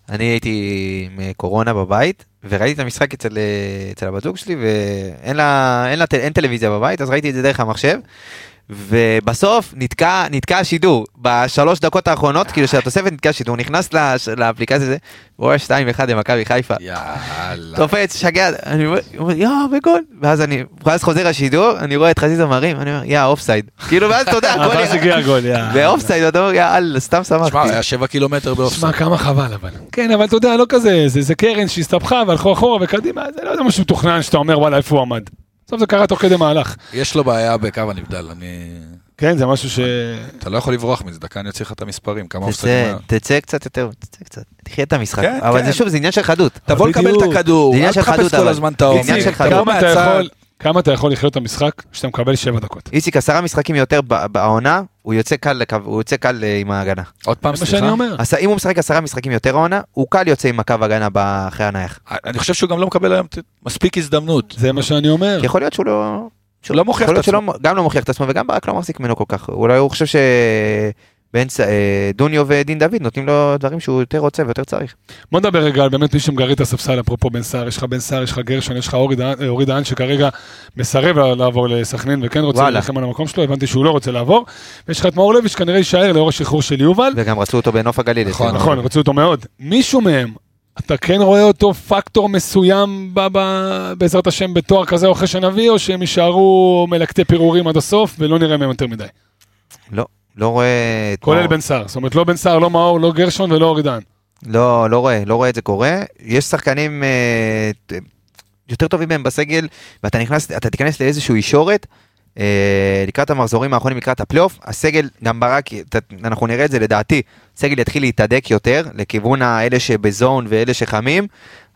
Speaker 5: אני הייתי עם אה, קורונה בבית, וראיתי את המשחק אצל, אה, אצל הבת זוג שלי, ואין לה, אין לה, טל- אין טלוויזיה בבית, אז ראיתי את זה דרך המחשב, ובסוף נתקע, נתקע השידור, בשלוש דקות האחרונות, כאילו של התוספת נתקע השידור, נכנס לש- לאפליקציה הזה, רואה 2-1 למכבי חיפה.
Speaker 4: יאללה.
Speaker 5: תופץ, שגע, אני אומר, הוא אומר, יואו, בגול. ואז אני, ואז חוזר השידור, אני רואה את חזיזה מרים, אני אומר, יא, אופסייד. כאילו, ואז אתה יודע,
Speaker 3: אה,
Speaker 5: הכל...
Speaker 3: ואז הגיע הגול, יאללה.
Speaker 5: באופסייד, אתה אומר, יאללה, סתם
Speaker 4: תשמע,
Speaker 5: שמחתי.
Speaker 4: היה שבע קילומטר באופסייד.
Speaker 3: שמע, כמה חבל אבל. כן, אבל אתה יודע, לא כזה, זה, זה קרן שהסתבכה והלכו אחורה וקדימה, זה לא איזה משהו מתוכנן שאתה אומר, וואלה, איפה הוא עמד. בסוף זה קרה תוך כדי מהלך.
Speaker 4: יש לו בעיה בקו הנבדל, אני...
Speaker 3: כן, זה משהו ש...
Speaker 4: אתה לא יכול לברוח מזה, דקה אני אוציא לך את המספרים, כמה
Speaker 5: תצא,
Speaker 4: אופסיידים.
Speaker 5: תצא קצת יותר, תצא קצת, תחיה את המשחק.
Speaker 4: כן,
Speaker 5: אבל
Speaker 4: כן.
Speaker 5: זה שוב, זה עניין של חדות.
Speaker 4: תבוא
Speaker 3: בדיוק.
Speaker 4: לקבל את הכדור,
Speaker 5: זה עניין
Speaker 4: אל
Speaker 5: של
Speaker 4: תחפש
Speaker 5: חדות,
Speaker 4: כל
Speaker 5: אבל.
Speaker 4: הזמן את
Speaker 5: זה
Speaker 4: העומק.
Speaker 5: עניין של
Speaker 3: כמה
Speaker 5: חדות.
Speaker 4: תבוא
Speaker 3: אתה
Speaker 4: מהצד,
Speaker 3: יכול- כמה אתה יכול לחיות את המשחק כשאתה מקבל 7 דקות?
Speaker 5: איציק, עשרה משחקים יותר ב- בעונה, הוא יוצא קל לקו, הוא יוצא קל אה, עם ההגנה.
Speaker 4: עוד פעם,
Speaker 3: זה מה
Speaker 4: סליחה.
Speaker 3: שאני אומר.
Speaker 5: אז אם הוא משחק עשרה משחקים יותר העונה, הוא קל יוצא עם הקו הגנה ב- אחרי הנייח.
Speaker 4: אני חושב שהוא גם לא מקבל היום מספיק הזדמנות.
Speaker 3: זה מה שאני אומר.
Speaker 5: כי יכול להיות שהוא לא... שהוא
Speaker 4: לא מוכיח
Speaker 5: יכול להיות
Speaker 4: את עצמו.
Speaker 5: שהוא לא- גם לא מוכיח את עצמו וגם ברק לא מחזיק ממנו כל כך. אולי הוא חושב ש... באמצע, אה, דוניו ודין דוד נותנים לו דברים שהוא יותר רוצה ויותר צריך.
Speaker 3: בוא נדבר רגע על באמת מי שמגרד את הספסל, אפרופו בן סער, יש לך בן סער, יש לך גרשון, יש לך אורי דהן- אה, אורי דהן שכרגע מסרב לעבור לסכנין וכן רוצה
Speaker 5: וואלה.
Speaker 3: להילחם על המקום שלו, הבנתי שהוא לא רוצה לעבור. ויש לך את מאור לוי שכנראה יישאר לאור השחרור של יובל.
Speaker 5: וגם רצו אותו בנוף הגליל.
Speaker 4: נכון,
Speaker 5: אצלנו.
Speaker 3: נכון, רצו אותו מאוד. מישהו מהם, אתה כן רואה אותו פקטור מסוים ב- ב- בעזרת השם בתואר כזה או אחר שנביא, או שהם יישארו מלקטי פירורים עד הסוף ולא נראה מהם יותר מדי?
Speaker 5: לא, לא רואה... את
Speaker 3: כולל
Speaker 5: מאור.
Speaker 3: בן סער. זאת אומרת, לא בן סער, לא מאור, לא גרשון ולא אורי דהן.
Speaker 5: לא, לא רואה, לא רואה את זה קורה. יש שחקנים, אה, ת- יותר טובים מהם בסגל, ואתה נכנס, אתה תיכנס לאיזשהו ישורת. אה, לקראת המחזורים האחרונים, לקראת הפלייאוף, הסגל גם ברק, ת- אנחנו נראה את זה לדעתי, הסגל יתחיל להתהדק יותר לכיוון האלה שבזון ואלה שחמים,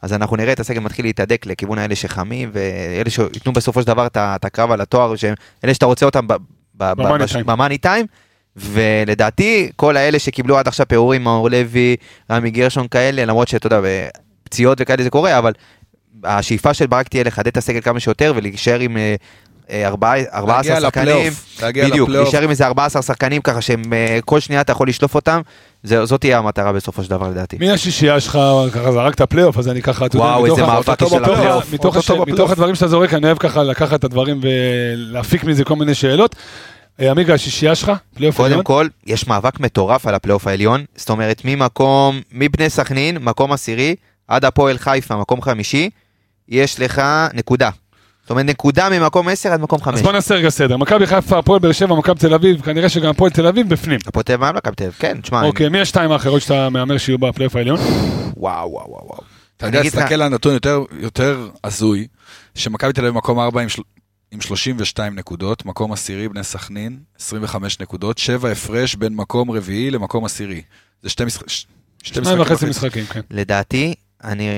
Speaker 5: אז אנחנו נראה את הסגל מתחיל להתהדק לכיוון האלה שחמים, ואלה שייתנו בסופו של דבר את ה- את הקרב על התואר, שהם, אלה שאתה רוצה אותם ב- ב- ב-
Speaker 3: במאני
Speaker 5: בש-
Speaker 3: טיים.
Speaker 5: במאני טיים, ולדעתי כל האלה שקיבלו עד עכשיו פירורים, מאור לוי, רמי גרשון כאלה, למרות שאתה יודע, פציעות וכאלה זה קורה, אבל השאיפה של ברק תהיה לחדד את הסגל כמה שיותר ולהישאר עם אה, אה, ארבעה- 14
Speaker 4: להגיע
Speaker 5: שחקנים.
Speaker 4: לפלייאוף, להגיע
Speaker 5: בדיוק,
Speaker 4: לפלייאוף.
Speaker 5: להישאר עם איזה 14 שחקנים ככה שהם אה, כל שנייה אתה יכול לשלוף אותם, זה- זאת תהיה המטרה בסופו של דבר לדעתי.
Speaker 3: מי השישייה שלך, ככה זרקת פלייאוף, אז אני ככה, אתה יודע,
Speaker 5: וואו,
Speaker 3: מתוך
Speaker 5: איזה
Speaker 3: ה-
Speaker 5: מאבק
Speaker 4: אותו
Speaker 5: יש על
Speaker 4: בפלייאוף.
Speaker 5: הפלייאוף.
Speaker 3: מתוך
Speaker 4: אותו
Speaker 3: הש-
Speaker 4: טוב בפלייאוף.
Speaker 3: מתוך הדברים שאתה זורק, אני אוהב ככה לקחת את הדברים ולהפיק מזה כל מיני שאלות. אה, עמיגה, השישייה שלך, פלייאוף
Speaker 5: קודם
Speaker 3: עליון.
Speaker 5: כל, יש מאבק מטורף על הפלייאוף העליון, זאת אומרת ממקום, מבני סכנין, מקום עשירי, עד הפועל חיפה, מקום חמישי, יש לך נקודה. זאת אומרת נקודה ממקום 10 עד מקום
Speaker 3: אז
Speaker 5: 5.
Speaker 3: בוא נעשה רגע סדר. מכבי חיפה, הפועל באר שבע, מכבי תל אביב, כנראה שגם הפועל תל אביב בפנים.
Speaker 5: הפועל תל אביב, מכבי תל אביב, כן, תשמע, אני-
Speaker 3: אוקיי, מי השתיים האחרות שאתה מהמר שיהיו בפלייאוף העליון?
Speaker 5: וואו, וואו, וואו. וואו.
Speaker 4: אתה יודע,
Speaker 5: אני אגיד לך-
Speaker 4: תסתכל על נתון יותר- יותר הזוי, שמכבי תל אביב מקום 4 עם של- עם 32 נקודות, מקום עשירי בני סכנין, 25 נקודות, 7 הפרש בין מקום רביעי למקום עשירי. זה שתי משחקים.
Speaker 3: שניים וחצי משחקים, כן.
Speaker 5: לדעתי, אני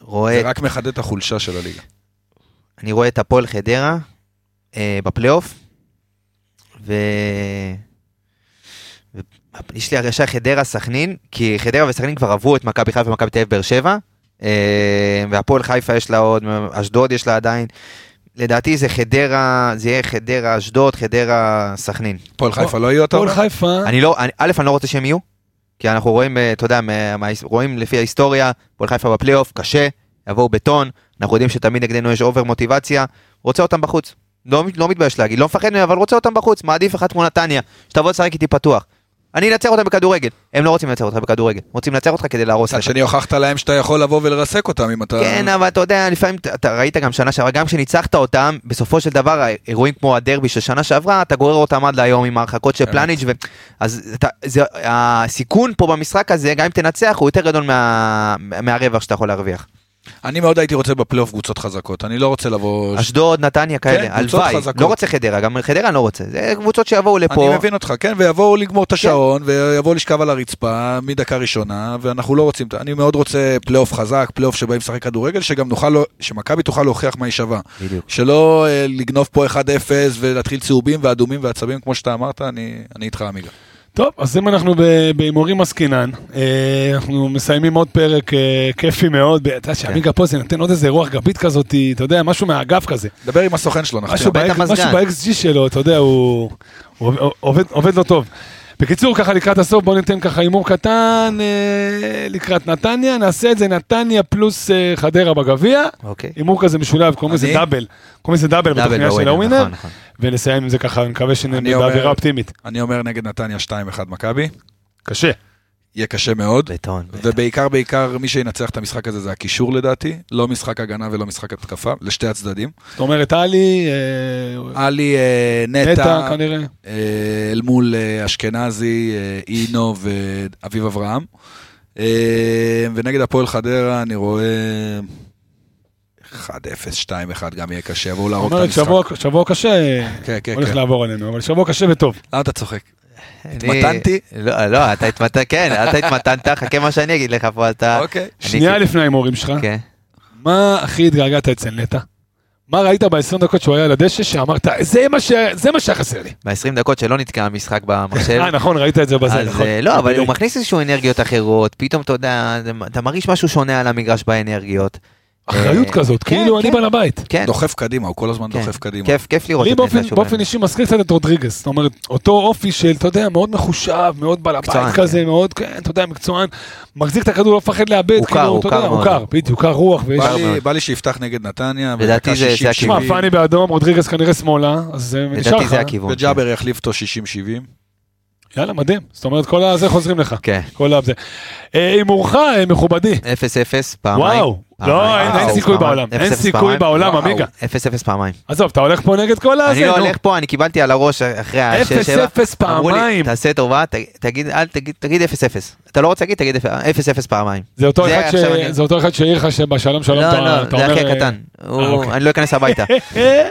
Speaker 5: רואה
Speaker 4: זה רק מחדד את החולשה של הליגה.
Speaker 3: נכון.
Speaker 5: אני רואה את הפועל חדרה אה, בפלייאוף, ו- ו... יש לי הרגשה חדרה סכנין, כי חדרה וסכנין כבר עברו את מכבי חיפה ומכבי תל אביב באר שבע, אה, והפועל חיפה יש לה עוד, אשדוד יש לה עדיין. לדעתי זה חדרה, זה יהיה חדרה אשדוד, חדרה סכנין.
Speaker 4: הפועל חיפה לא יהיו אתה
Speaker 3: הפועל
Speaker 4: אומר?
Speaker 3: חיפה,
Speaker 5: אני לא, אני, א', אני לא רוצה שהם יהיו, כי אנחנו רואים, אה, אתה יודע, מה- מה- רואים לפי ההיסטוריה, הפועל חיפה בפלייאוף, קשה, יבואו בטון, אנחנו יודעים שתמיד נגדנו יש אובר מוטיבציה, רוצה אותם בחוץ. לא, לא מתבייש להגיד, לא מפחד מהם, אבל רוצה אותם בחוץ, מעדיף אחת כמו נתניה, שתבוא לשחק איתי פתוח. אני אנצח אותם בכדורגל, הם לא רוצים לנצח אותך בכדורגל, רוצים לנצח אותך כדי להרוס
Speaker 4: מצד
Speaker 5: לך.
Speaker 4: שני הוכחת להם שאתה יכול לבוא ולרסק אותם אם אתה...
Speaker 5: כן, אבל אתה יודע, לפעמים, אתה- אתה ראית גם שנה שעברה, גם כשניצחת אותם, בסופו של דבר, אירועים כמו הדרבי של שנה שעברה, אתה גורר אותם עד להיום עם ההרחקות של
Speaker 4: אמת.
Speaker 5: פלניץ', ו... אז אתה, זה, הסיכון פה במשחק הזה, גם אם תנצח, הוא יותר גדול מה, מהרווח שאתה יכול להרוויח.
Speaker 4: אני מאוד הייתי רוצה בפלייאוף קבוצות חזקות, אני לא רוצה לבוא...
Speaker 5: אשדוד, נתניה, כאלה,
Speaker 4: כן, קבוצות
Speaker 5: הלוואי,
Speaker 4: חזקות.
Speaker 5: לא רוצה חדרה, גם חדרה אני לא רוצה, זה קבוצות שיבואו לפה.
Speaker 4: אני מבין אותך, כן, ויבואו לגמור את השעון, ויבואו לשכב על הרצפה מדקה ראשונה, ואנחנו לא רוצים, את- אני מאוד רוצה פלייאוף חזק, פלייאוף שבאים לשחק כדורגל, שגם נוכל, לו- שמכבי תוכל להוכיח מה היא שווה.
Speaker 5: בדיוק.
Speaker 4: שלא אה, לגנוב פה 1-0 ולהתחיל צהובים ואדומים ועצבים, כמו שאתה אמרת, אני אני איתך עמיגה.
Speaker 3: טוב, אז אם אנחנו ב- בהימורים עסקינן, אה, אנחנו מסיימים עוד פרק אה, כיפי מאוד, אתה יודע שעמיגה פה זה נותן עוד איזה רוח גבית כזאת, אתה יודע, משהו מהאגף כזה.
Speaker 4: דבר עם הסוכן שלו, נחתים.
Speaker 3: משהו
Speaker 5: בית
Speaker 3: באק-
Speaker 5: המזגן.
Speaker 3: משהו ב-XG שלו, אתה יודע, הוא הוא עובד- עובד- עובד לא טוב. בקיצור, ככה לקראת הסוף, בואו ניתן ככה הימור קטן אה, לקראת נתניה, נעשה את זה נתניה פלוס אה, חדרה בגביע.
Speaker 5: אוקיי.
Speaker 3: הימור כזה משולב, קוראים לזה
Speaker 4: אני? לא
Speaker 3: דאבל. קוראים לזה דאבל
Speaker 5: דאבל
Speaker 3: בתוכניה של
Speaker 5: בווינר,
Speaker 3: הווינר.
Speaker 5: נכון, נכון.
Speaker 3: ונסיים עם זה ככה, אני מקווה שנהיה
Speaker 4: אני אומר-
Speaker 3: באווירה אופטימית.
Speaker 4: אני אומר נגד נתניה 2-1 מכבי,
Speaker 3: קשה.
Speaker 4: יהיה קשה מאוד.
Speaker 5: בטון. בטון.
Speaker 4: ובעיקר, בעיקר, מי שינצח את המשחק הזה זה הקישור לדעתי, לא משחק הגנה ולא משחק התקפה, לשתי הצדדים.
Speaker 3: זאת אומרת, עלי, אה,
Speaker 4: עלי אה,
Speaker 3: נטע
Speaker 4: נטע,
Speaker 3: כנראה.
Speaker 4: אה, אל מול אה, אשכנזי, אה, אינו ואביב אברהם. אה, ונגד הפועל חדרה אני רואה 1-0, 2-1 גם יהיה קשה, יבואו
Speaker 3: זאת
Speaker 4: להרוג את
Speaker 3: אומרת,
Speaker 4: המשחק.
Speaker 3: שבוע- שבוע קשה
Speaker 4: כן, כן,
Speaker 3: הולך
Speaker 4: כן.
Speaker 3: לעבור עלינו, אבל שבוע קשה וטוב.
Speaker 4: למה אתה צוחק?
Speaker 5: אני-
Speaker 4: התמתנתי?
Speaker 5: לא, לא, אתה התמתנת, כן, אתה התמתנת, חכה מה שאני אגיד לך פה, אתה...
Speaker 4: אוקיי.
Speaker 5: אני-
Speaker 3: שנייה לפני ההימורים שלך,
Speaker 5: כן.
Speaker 3: מה הכי התגעגעת אצל נטע? מה ראית ב-20 דקות שהוא היה על הדשא שאמרת, "זה מה ש- זה מה שהיה חסר לי.
Speaker 5: ב-20 דקות שלא נתקע המשחק במחשב.
Speaker 3: אה, נכון, ראית את זה בזה,
Speaker 5: אז
Speaker 3: נכון.
Speaker 5: אה, לא, אבל הוא מכניס איזשהו אנרגיות אחרות, פתאום אתה יודע, זה- אתה מרגיש משהו שונה על המגרש באנרגיות.
Speaker 3: אחריות
Speaker 5: אה,
Speaker 3: כזאת,
Speaker 5: כן,
Speaker 3: כאילו אני
Speaker 5: כן.
Speaker 3: בעל הבית.
Speaker 5: כן,
Speaker 4: דוחף קדימה, הוא כל הזמן
Speaker 5: כן.
Speaker 4: דוחף קדימה.
Speaker 5: כיף, כיף לראות
Speaker 3: לי
Speaker 5: את זה.
Speaker 3: באופן-
Speaker 5: שהוא-
Speaker 3: באופן אישי מזכיר קצת את רודריגז, זאת אומרת, אותו אופי של, אתה יודע, מאוד מחושב, מאוד בעל
Speaker 5: מקצוען,
Speaker 3: הבית כזה, מאוד, כן, אתה יודע, מקצוען, מחזיק את הכדור, לא מפחד לאבד,
Speaker 5: הוא קר,
Speaker 3: כאילו,
Speaker 5: הוא
Speaker 3: אתה
Speaker 5: קר
Speaker 3: יודע, הוא
Speaker 5: מאוד.
Speaker 3: קר, בדיוק, קר רוח, ויש...
Speaker 4: בא לי-
Speaker 5: מאוד.
Speaker 4: בא לי שיפתח נגד נתניה,
Speaker 5: לדעתי
Speaker 4: בדקה
Speaker 5: זה- זה
Speaker 4: 60,
Speaker 3: תשמע,
Speaker 4: 70,
Speaker 3: פאני באדום, רודריגז כנראה שמאלה, אז אה, נשאר
Speaker 5: לדעתי
Speaker 3: לך.
Speaker 5: זה הכיוון. כן.
Speaker 4: וג'אבר יחליף אותו 60-70.
Speaker 3: יאללה, מדהים. זאת אומרת, כל הזה חוזרים לך.
Speaker 5: כן.
Speaker 3: כל הזה. אה, הימורך, אה, מכובדי.
Speaker 5: 0-0 פעמיים.
Speaker 3: וואו.
Speaker 5: פעמיים.
Speaker 3: לא, אין- אין
Speaker 5: וואו,
Speaker 3: סיכוי בעולם.
Speaker 5: פעמיים. 0-0
Speaker 3: אין סיכוי
Speaker 5: פעמיים.
Speaker 3: בעולם,
Speaker 5: וואו.
Speaker 3: עמיגה.
Speaker 5: 0-0 פעמיים.
Speaker 3: עזוב, אתה הולך פה נגד כל הזה,
Speaker 5: אני לא
Speaker 3: נו.
Speaker 5: הולך פה, אני קיבלתי על הראש אחרי
Speaker 3: אפס,
Speaker 5: השש שבע.
Speaker 3: אפס
Speaker 5: אמרו לי,
Speaker 3: פעמיים.
Speaker 5: תעשה טובה, ת- תגיד, אל תגיד, תגיד 0-0. אתה לא רוצה להגיד, תגיד 0-0 פעמיים.
Speaker 3: זה אותו
Speaker 5: זה
Speaker 3: אחד ש-
Speaker 5: עכשיו אני-
Speaker 3: זה אותו אחד שהעיר לך שבשלום שלום
Speaker 5: לא,
Speaker 3: אתה אומר...
Speaker 5: לא, זה הכי הקטן. הוא-
Speaker 3: אוקיי.
Speaker 5: אני לא אכנס הביתה.
Speaker 3: אה,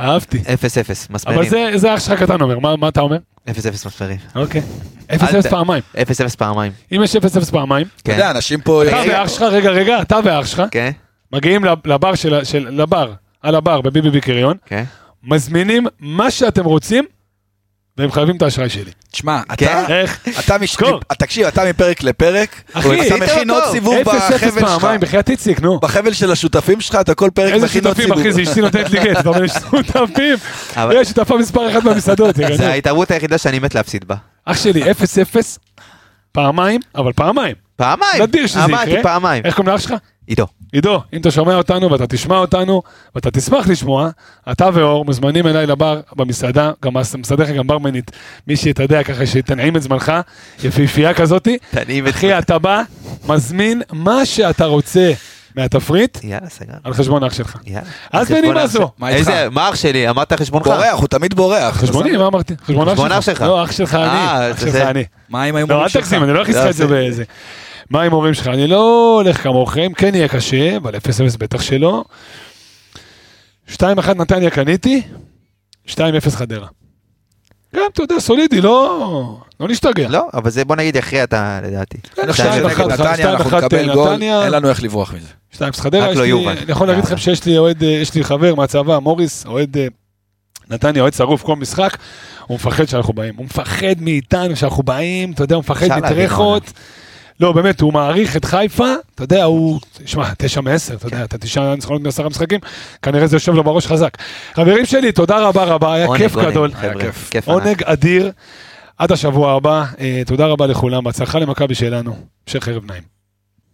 Speaker 3: אהבתי.
Speaker 5: אה, 0-0,
Speaker 3: אבל
Speaker 5: מסמרים.
Speaker 3: זה- זה אח שלך הקטן אומר, מה מה אתה אומר?
Speaker 5: 0-0 מסמרים.
Speaker 3: אוקיי.
Speaker 5: אל
Speaker 3: 0-0
Speaker 5: ת-
Speaker 3: פעמיים.
Speaker 5: 0-0 פעמיים.
Speaker 3: אם יש 0-0 פעמיים,
Speaker 4: אתה
Speaker 5: כן.
Speaker 4: יודע, אנשים פה... אה,
Speaker 3: אתה
Speaker 5: רגע.
Speaker 3: ואח שלך, רגע, רגע, אתה ואח שלך,
Speaker 5: כן,
Speaker 3: מגיעים לב- לבר של, של, לבר, על הבר בביבי בקריון,
Speaker 5: כן.
Speaker 3: מזמינים מה שאתם רוצים, והם חייבים את האשראי שלי.
Speaker 4: תשמע, אתה...
Speaker 5: כן?
Speaker 3: איך?
Speaker 4: אתה מש... אה,
Speaker 3: קור.
Speaker 4: תקשיב, אתה מפרק לפרק,
Speaker 3: אחי,
Speaker 4: אתה מכין עוד סיבוב
Speaker 3: 0-0
Speaker 4: בחבל שלך.
Speaker 3: פעמיים, בחייאת איציק, נו.
Speaker 4: בחבל של השותפים שלך, אתה כל פרק
Speaker 3: איזה
Speaker 4: מכין עוד
Speaker 3: שותפים,
Speaker 4: סיבוב.
Speaker 3: אחי, זה אשתי נותנת לי גט, אתה אומר, יש שותפים.
Speaker 5: אבל-
Speaker 3: יש שותפה מספר אחת במסעדות, יא גנוב.
Speaker 5: זה ההתערבות היחידה שאני מת להפסיד בה.
Speaker 3: אח שלי, 0-0, פעמיים, אבל פעמיים.
Speaker 5: פעמיים!
Speaker 3: נדיר שזה יקרה.
Speaker 5: אמרתי פעמיים.
Speaker 3: איך קוראים לאח שלך?
Speaker 5: עידו.
Speaker 3: עידו, אם אתה שומע אותנו ואתה תשמע אותנו ואתה תשמח לשמוע, אתה ואור מוזמנים אליי לבר במסעדה, גם מסעדה לך גם ברמנית, מי שאתה יודע ככה שתנעים את זמנך, יפיפייה כזאתי.
Speaker 5: תנעים את-
Speaker 3: אחי, אתה בא, מזמין מה שאתה רוצה מהתפריט
Speaker 5: יאללה, סגרנו.
Speaker 3: על חשבון אח שלך.
Speaker 5: יאללה.
Speaker 3: אז
Speaker 5: חשבון
Speaker 3: בנימה
Speaker 5: אח
Speaker 3: זו.
Speaker 5: של-
Speaker 4: מה איתך?
Speaker 5: איזה, מה אח שלי? אמרת חשבונך?
Speaker 4: בורח, הוא תמיד בורח.
Speaker 3: חשבוני, מה אמרתי? חשבון
Speaker 5: חשבון אח שלך.
Speaker 3: לא, אח שלך אני.
Speaker 5: אה,
Speaker 3: אח
Speaker 5: זה
Speaker 3: שלך
Speaker 5: זה.
Speaker 3: אני.
Speaker 4: מה עם
Speaker 3: לא,
Speaker 4: ההימורים
Speaker 3: אל
Speaker 4: שלך?
Speaker 3: תגזים, אני לא אכניס לך את זה באיזה. מה עם הורים שלך? אני לא הולך כמוכם, כן יהיה קשה, אבל 0-0 בטח שלא. 2-1 נתניה קניתי, 2-0 חדרה. גם, אתה יודע, סולידי, לא לא נשתגע.
Speaker 5: לא, אבל זה בוא נגיד יכריע אתה לדעתי.
Speaker 4: אני חושב
Speaker 3: שתיים
Speaker 4: שנגד
Speaker 3: אחת,
Speaker 4: נתניה
Speaker 3: שתיים
Speaker 4: אנחנו
Speaker 3: אחת, אה,
Speaker 4: נקבל גול,
Speaker 3: נתניה.
Speaker 4: אין לנו איך לברוח מזה.
Speaker 3: 2-0 חדרה.
Speaker 5: רק
Speaker 3: יש
Speaker 5: לא
Speaker 3: לי-
Speaker 5: יובל.
Speaker 3: אני יכול להגיד
Speaker 5: יאללה.
Speaker 3: לכם שיש לי אוהד, אה, יש לי חבר מהצבא, מוריס, אוהד אה, נתניה, אוהד שרוף כל משחק, הוא מפחד שאנחנו באים. הוא מפחד מאיתנו שאנחנו באים, אתה יודע, הוא מפחד
Speaker 5: אפשר נכון. להבין
Speaker 3: מטרחות. לא, באמת, הוא מעריך את חיפה, אתה יודע, הוא, שמע, תשע מעשר, אתה
Speaker 5: כן.
Speaker 3: יודע, אתה תשעה ניצחונות מעשרה משחקים, כנראה זה יושב לו בראש חזק. חברים שלי, תודה רבה רבה, היה
Speaker 5: עונג,
Speaker 3: כיף
Speaker 5: עונג,
Speaker 3: גדול.
Speaker 5: חבר'ה,
Speaker 3: היה כיף.
Speaker 5: כיף ענק.
Speaker 3: עונג אדיר. עד השבוע הבא, אה, תודה רבה לכולם, בהצלחה למכבי שלנו, המשך ערב נעים.